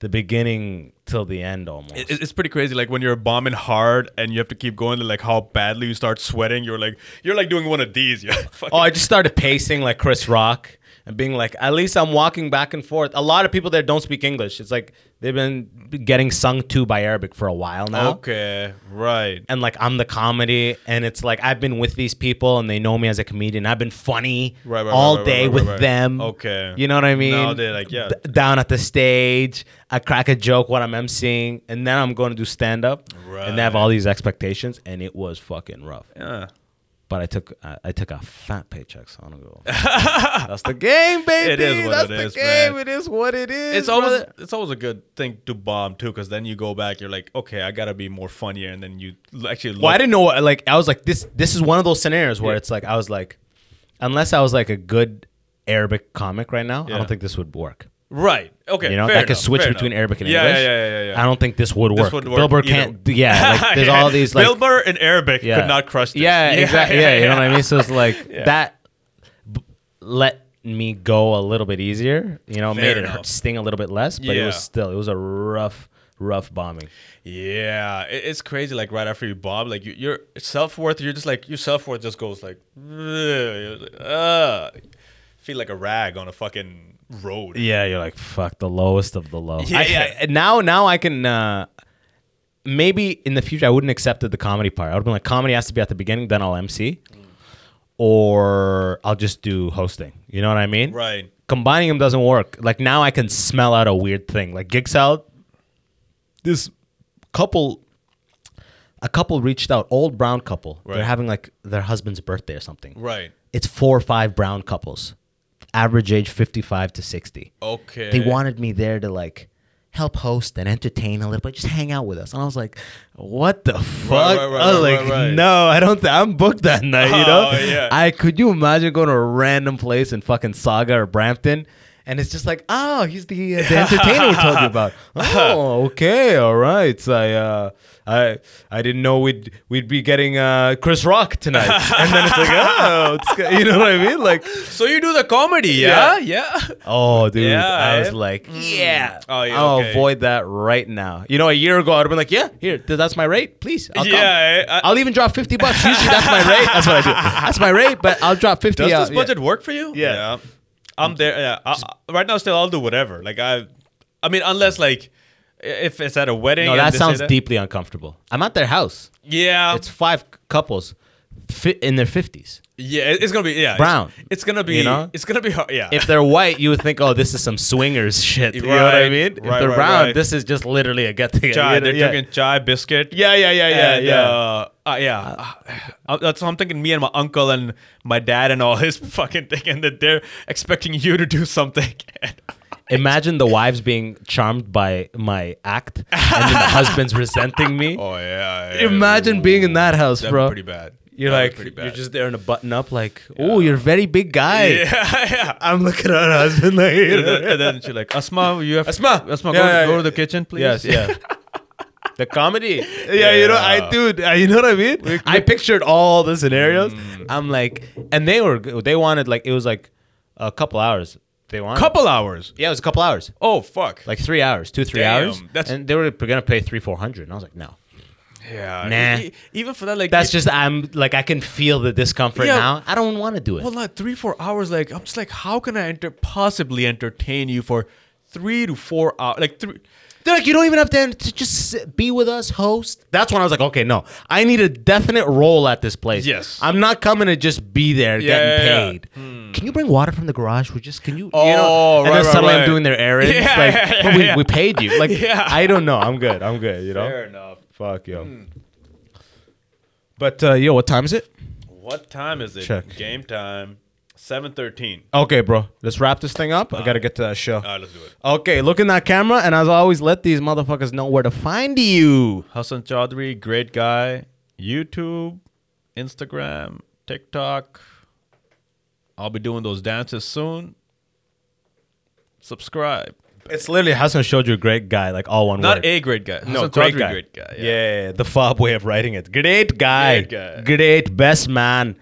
the beginning till the end almost.
It- It's pretty crazy. Like when you're bombing hard and you have to keep going, like how badly you start sweating. You're like, you're like doing one of these. Yeah. Fucking-
oh, I just started pacing like Chris Rock and being like, at least I'm walking back and forth. A lot of people there don't speak English. It's like they've been getting sung to by Arabic for a while now.
okay. Right.
and like I'm the comedy, and it's like I've been with these people, and they know me as a comedian. I've been funny
Right, right,
all
right, right,
day
right,
with
right, right.
them.
Okay.
you know what I mean.
Now they're like, yeah.
D- down at the stage, I crack a joke when I'm emceeing, and then I'm going to do stand up, and they have
Right.
all these expectations, and it was fucking rough.
Yeah.
But I took I, I took a fat paycheck, so I don't go. That's the game, baby.
It is what
That's
it
the
is,
game.
man.
It is what it is.
It's always
brother.
it's always a good thing to bomb too, because then you go back. You're like, okay, I gotta be more funnier, and then you l- actually. Look,
Well, I didn't know. what- Like, I was like, this. This is one of those scenarios where
Yeah.
it's like, I was like, unless I was like a good Arabic comic right now, I
Yeah.
don't think this would work.
Right. Okay.
You know,
fair
that could
enough,
switch
fair
between
enough.
Arabic and
yeah,
English.
Yeah, yeah, yeah, yeah.
I don't think this would work.
would work
Billboard
either.
can't. Yeah, like, there's all these like.
Bilber in Arabic
yeah.
could not crush this.
Yeah, exactly. Yeah, you know what I mean. So it's like that b- let me go a little bit easier. You know,
Fair
made it
enough.
hurt, sting a little bit less, but it was
Yeah.
still it was a rough, rough bombing.
Yeah, it, it's crazy. Like right after you bomb, like you, your self worth, you're just like your self worth just goes like, uh, feel like a rag on a fucking road.
Yeah, you're like fuck the lowest of the low.
Yeah,
I-
yeah.
I- now, now I can. Uh, maybe in the future I wouldn't accepted the comedy part. I would have been like, comedy has to be at the beginning, then I'll MC,
Mm.
or I'll just do hosting. You know what I mean?
Right.
Combining them doesn't work. Like now I can smell out a weird thing. Like gig salad, this couple. A couple reached out, old brown couple.
Right.
They're having like their husband's birthday or something.
Right.
It's four or five brown couples, average age 55 to 60
Okay.
they wanted me there to like help host and entertain a little bit, just hang out with us. And I was like, what the fuck?
right, right,
I was
right,
like,
right, right.
no, I don't. Th- I'm booked that night. You know?
Oh, yeah.
I could you imagine going to a random place in fucking Saga or Brampton? And it's just like, oh, he's the, uh, the entertainer we told you about. Oh, okay, all right. So I, uh, I, I didn't know we'd we'd be getting uh, Chris Rock tonight. and then it's like, oh, it's, good. you know what I mean? Like,
So you do the comedy, yeah, yeah.
Oh, dude.
Yeah,
I
eh?
was like, yeah.
Oh, yeah,
I'll
okay.
avoid that right now. You know, a year ago, I'd have been like, yeah, here, th- that's my rate. Please. I'll
Yeah, eh,
Come.
I-
I'll even drop 50 bucks. Usually that's my rate. That's what I do. That's my rate, but I'll drop 50.
Does
out-
this
yeah.
budget work for you?
Yeah.
I'm there. Yeah. I, I- right now, still, I'll do whatever. Like I, I mean, unless like i- if it's at a wedding.
No,
and
that
they say Oh.
sounds deeply uncomfortable. I'm at their house.
Yeah.
It's five c- couples fit in their 50s.
yeah. it- It's gonna be yeah. it's-
Brown,
It's, gonna be.
you know?
It's gonna be hard. Yeah.
If they're white, you would think, oh, this is some swingers shit. You know what I
Right,
mean? If
right,
they're
right,
brown,
right.
this is just literally a get together.
chai. They're drinking chai biscuit.
Yeah, yeah, yeah, yeah,
And,
yeah.
Uh, uh, yeah. Uh, that's what I'm thinking. Me and my uncle and my dad and all his fucking thing, and that they're expecting you to do something.
Imagine the wives being charmed by my act, and then the husband's resenting me.
Oh, yeah.
Imagine being in that house,
That'd be
bro.
pretty bad.
You're
That'd be
like,
pretty bad.
you're just there in a button up, like, oh, you're a very big guy.
Yeah, yeah.
I'm looking at her husband like, you
and
know?
then, and then she's like, Asma, you have
Asma!
Asma, go,
Yeah, yeah,
go
yeah.
to the kitchen, please.
yes, yeah. the comedy. Yeah, you know, I
Yeah.
dude, I- you know what I mean. I pictured all the scenarios.
Mm.
I'm like, and they were, good. they wanted like it was like a couple hours. They wanted
Couple hours.
Yeah, it was a couple hours.
Oh fuck.
like three hours, two three
Damn,
hours,
that's-
and they were gonna pay three four hundred, and I was like, no,
yeah.
Nah.
E- even for that, like
that's
e-
just I'm like I can feel the discomfort
Yeah.
now. I don't want to do it.
well, like three four hours. Like I'm just like, how can I enter possibly entertain you for three to four hours? Like three.
They're like, you don't even have to, to just sit- be with us, host. That's when I was like, okay, no, I need a definite role at this place.
Yes.
I'm not coming to just be there getting
yeah, yeah.
paid. Can you bring water from the garage? We just can you? you
Oh,
know? And
right,
then
right,
suddenly
right.
I'm doing their errands.
Yeah,
like
yeah, yeah,
but we,
yeah.
we paid you. Like
Yeah.
I don't know. I'm good. I'm good. You know.
Fair enough.
Fuck yo. But uh, yo, what time is it?
What time is it?
Check.
Game time. Seven thirteen.
Okay, bro. Let's wrap this thing up. I gotta get to that show.
All right, let's do it.
Okay, look in that camera, and as always, let these motherfuckers know where to find you.
Hassan Chaudhry, great guy. YouTube, Instagram, TikTok. I'll be doing those dances soon. Subscribe.
It's literally Hassan showed you a great guy, like all one
Not
word.
a great guy.
no,
Hassan
great
Chaudhry,
guy.
great guy.
Yeah. the fob way of writing it. Great guy.
Great guy.
Great best man.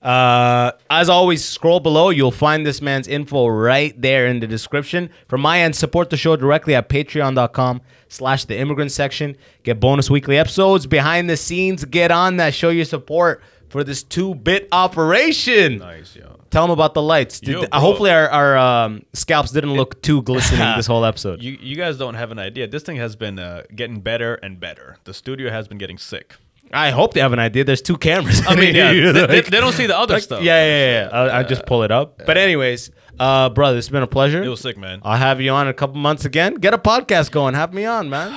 Uh, as always, scroll below. You'll find this man's info right there in the description. From my end, support the show directly at patreon.com slash the immigrant section. Get bonus weekly episodes, behind the scenes. Get on that. Show your support for this two-bit operation.
Nice, yo.
Tell them about the lights. Did-
Yo,
uh, hopefully our, our um, scalps didn't look too glistening this whole episode.
You, you guys don't have an idea. This thing has been uh, getting better and better. The studio has been getting sick.
I hope they have an idea. There's two cameras.
I mean, yeah,
You
they,
know,
they-
like-
they don't see the other stuff.
Yeah, yeah, yeah. I'll, I'll just pull it up. But anyways, uh, brother, it's been a pleasure.
It was sick, man.
I'll have you on in a couple months again. Get a podcast going. Have me on, man.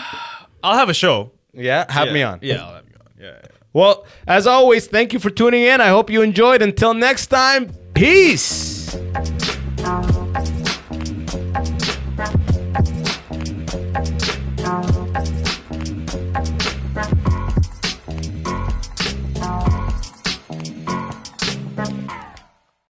I'll have a show.
Yeah, have
yeah.
me on.
Yeah, I'll have you on. Yeah, yeah.
Well, as always, thank you for tuning in. I hope you enjoyed. Until next time, peace.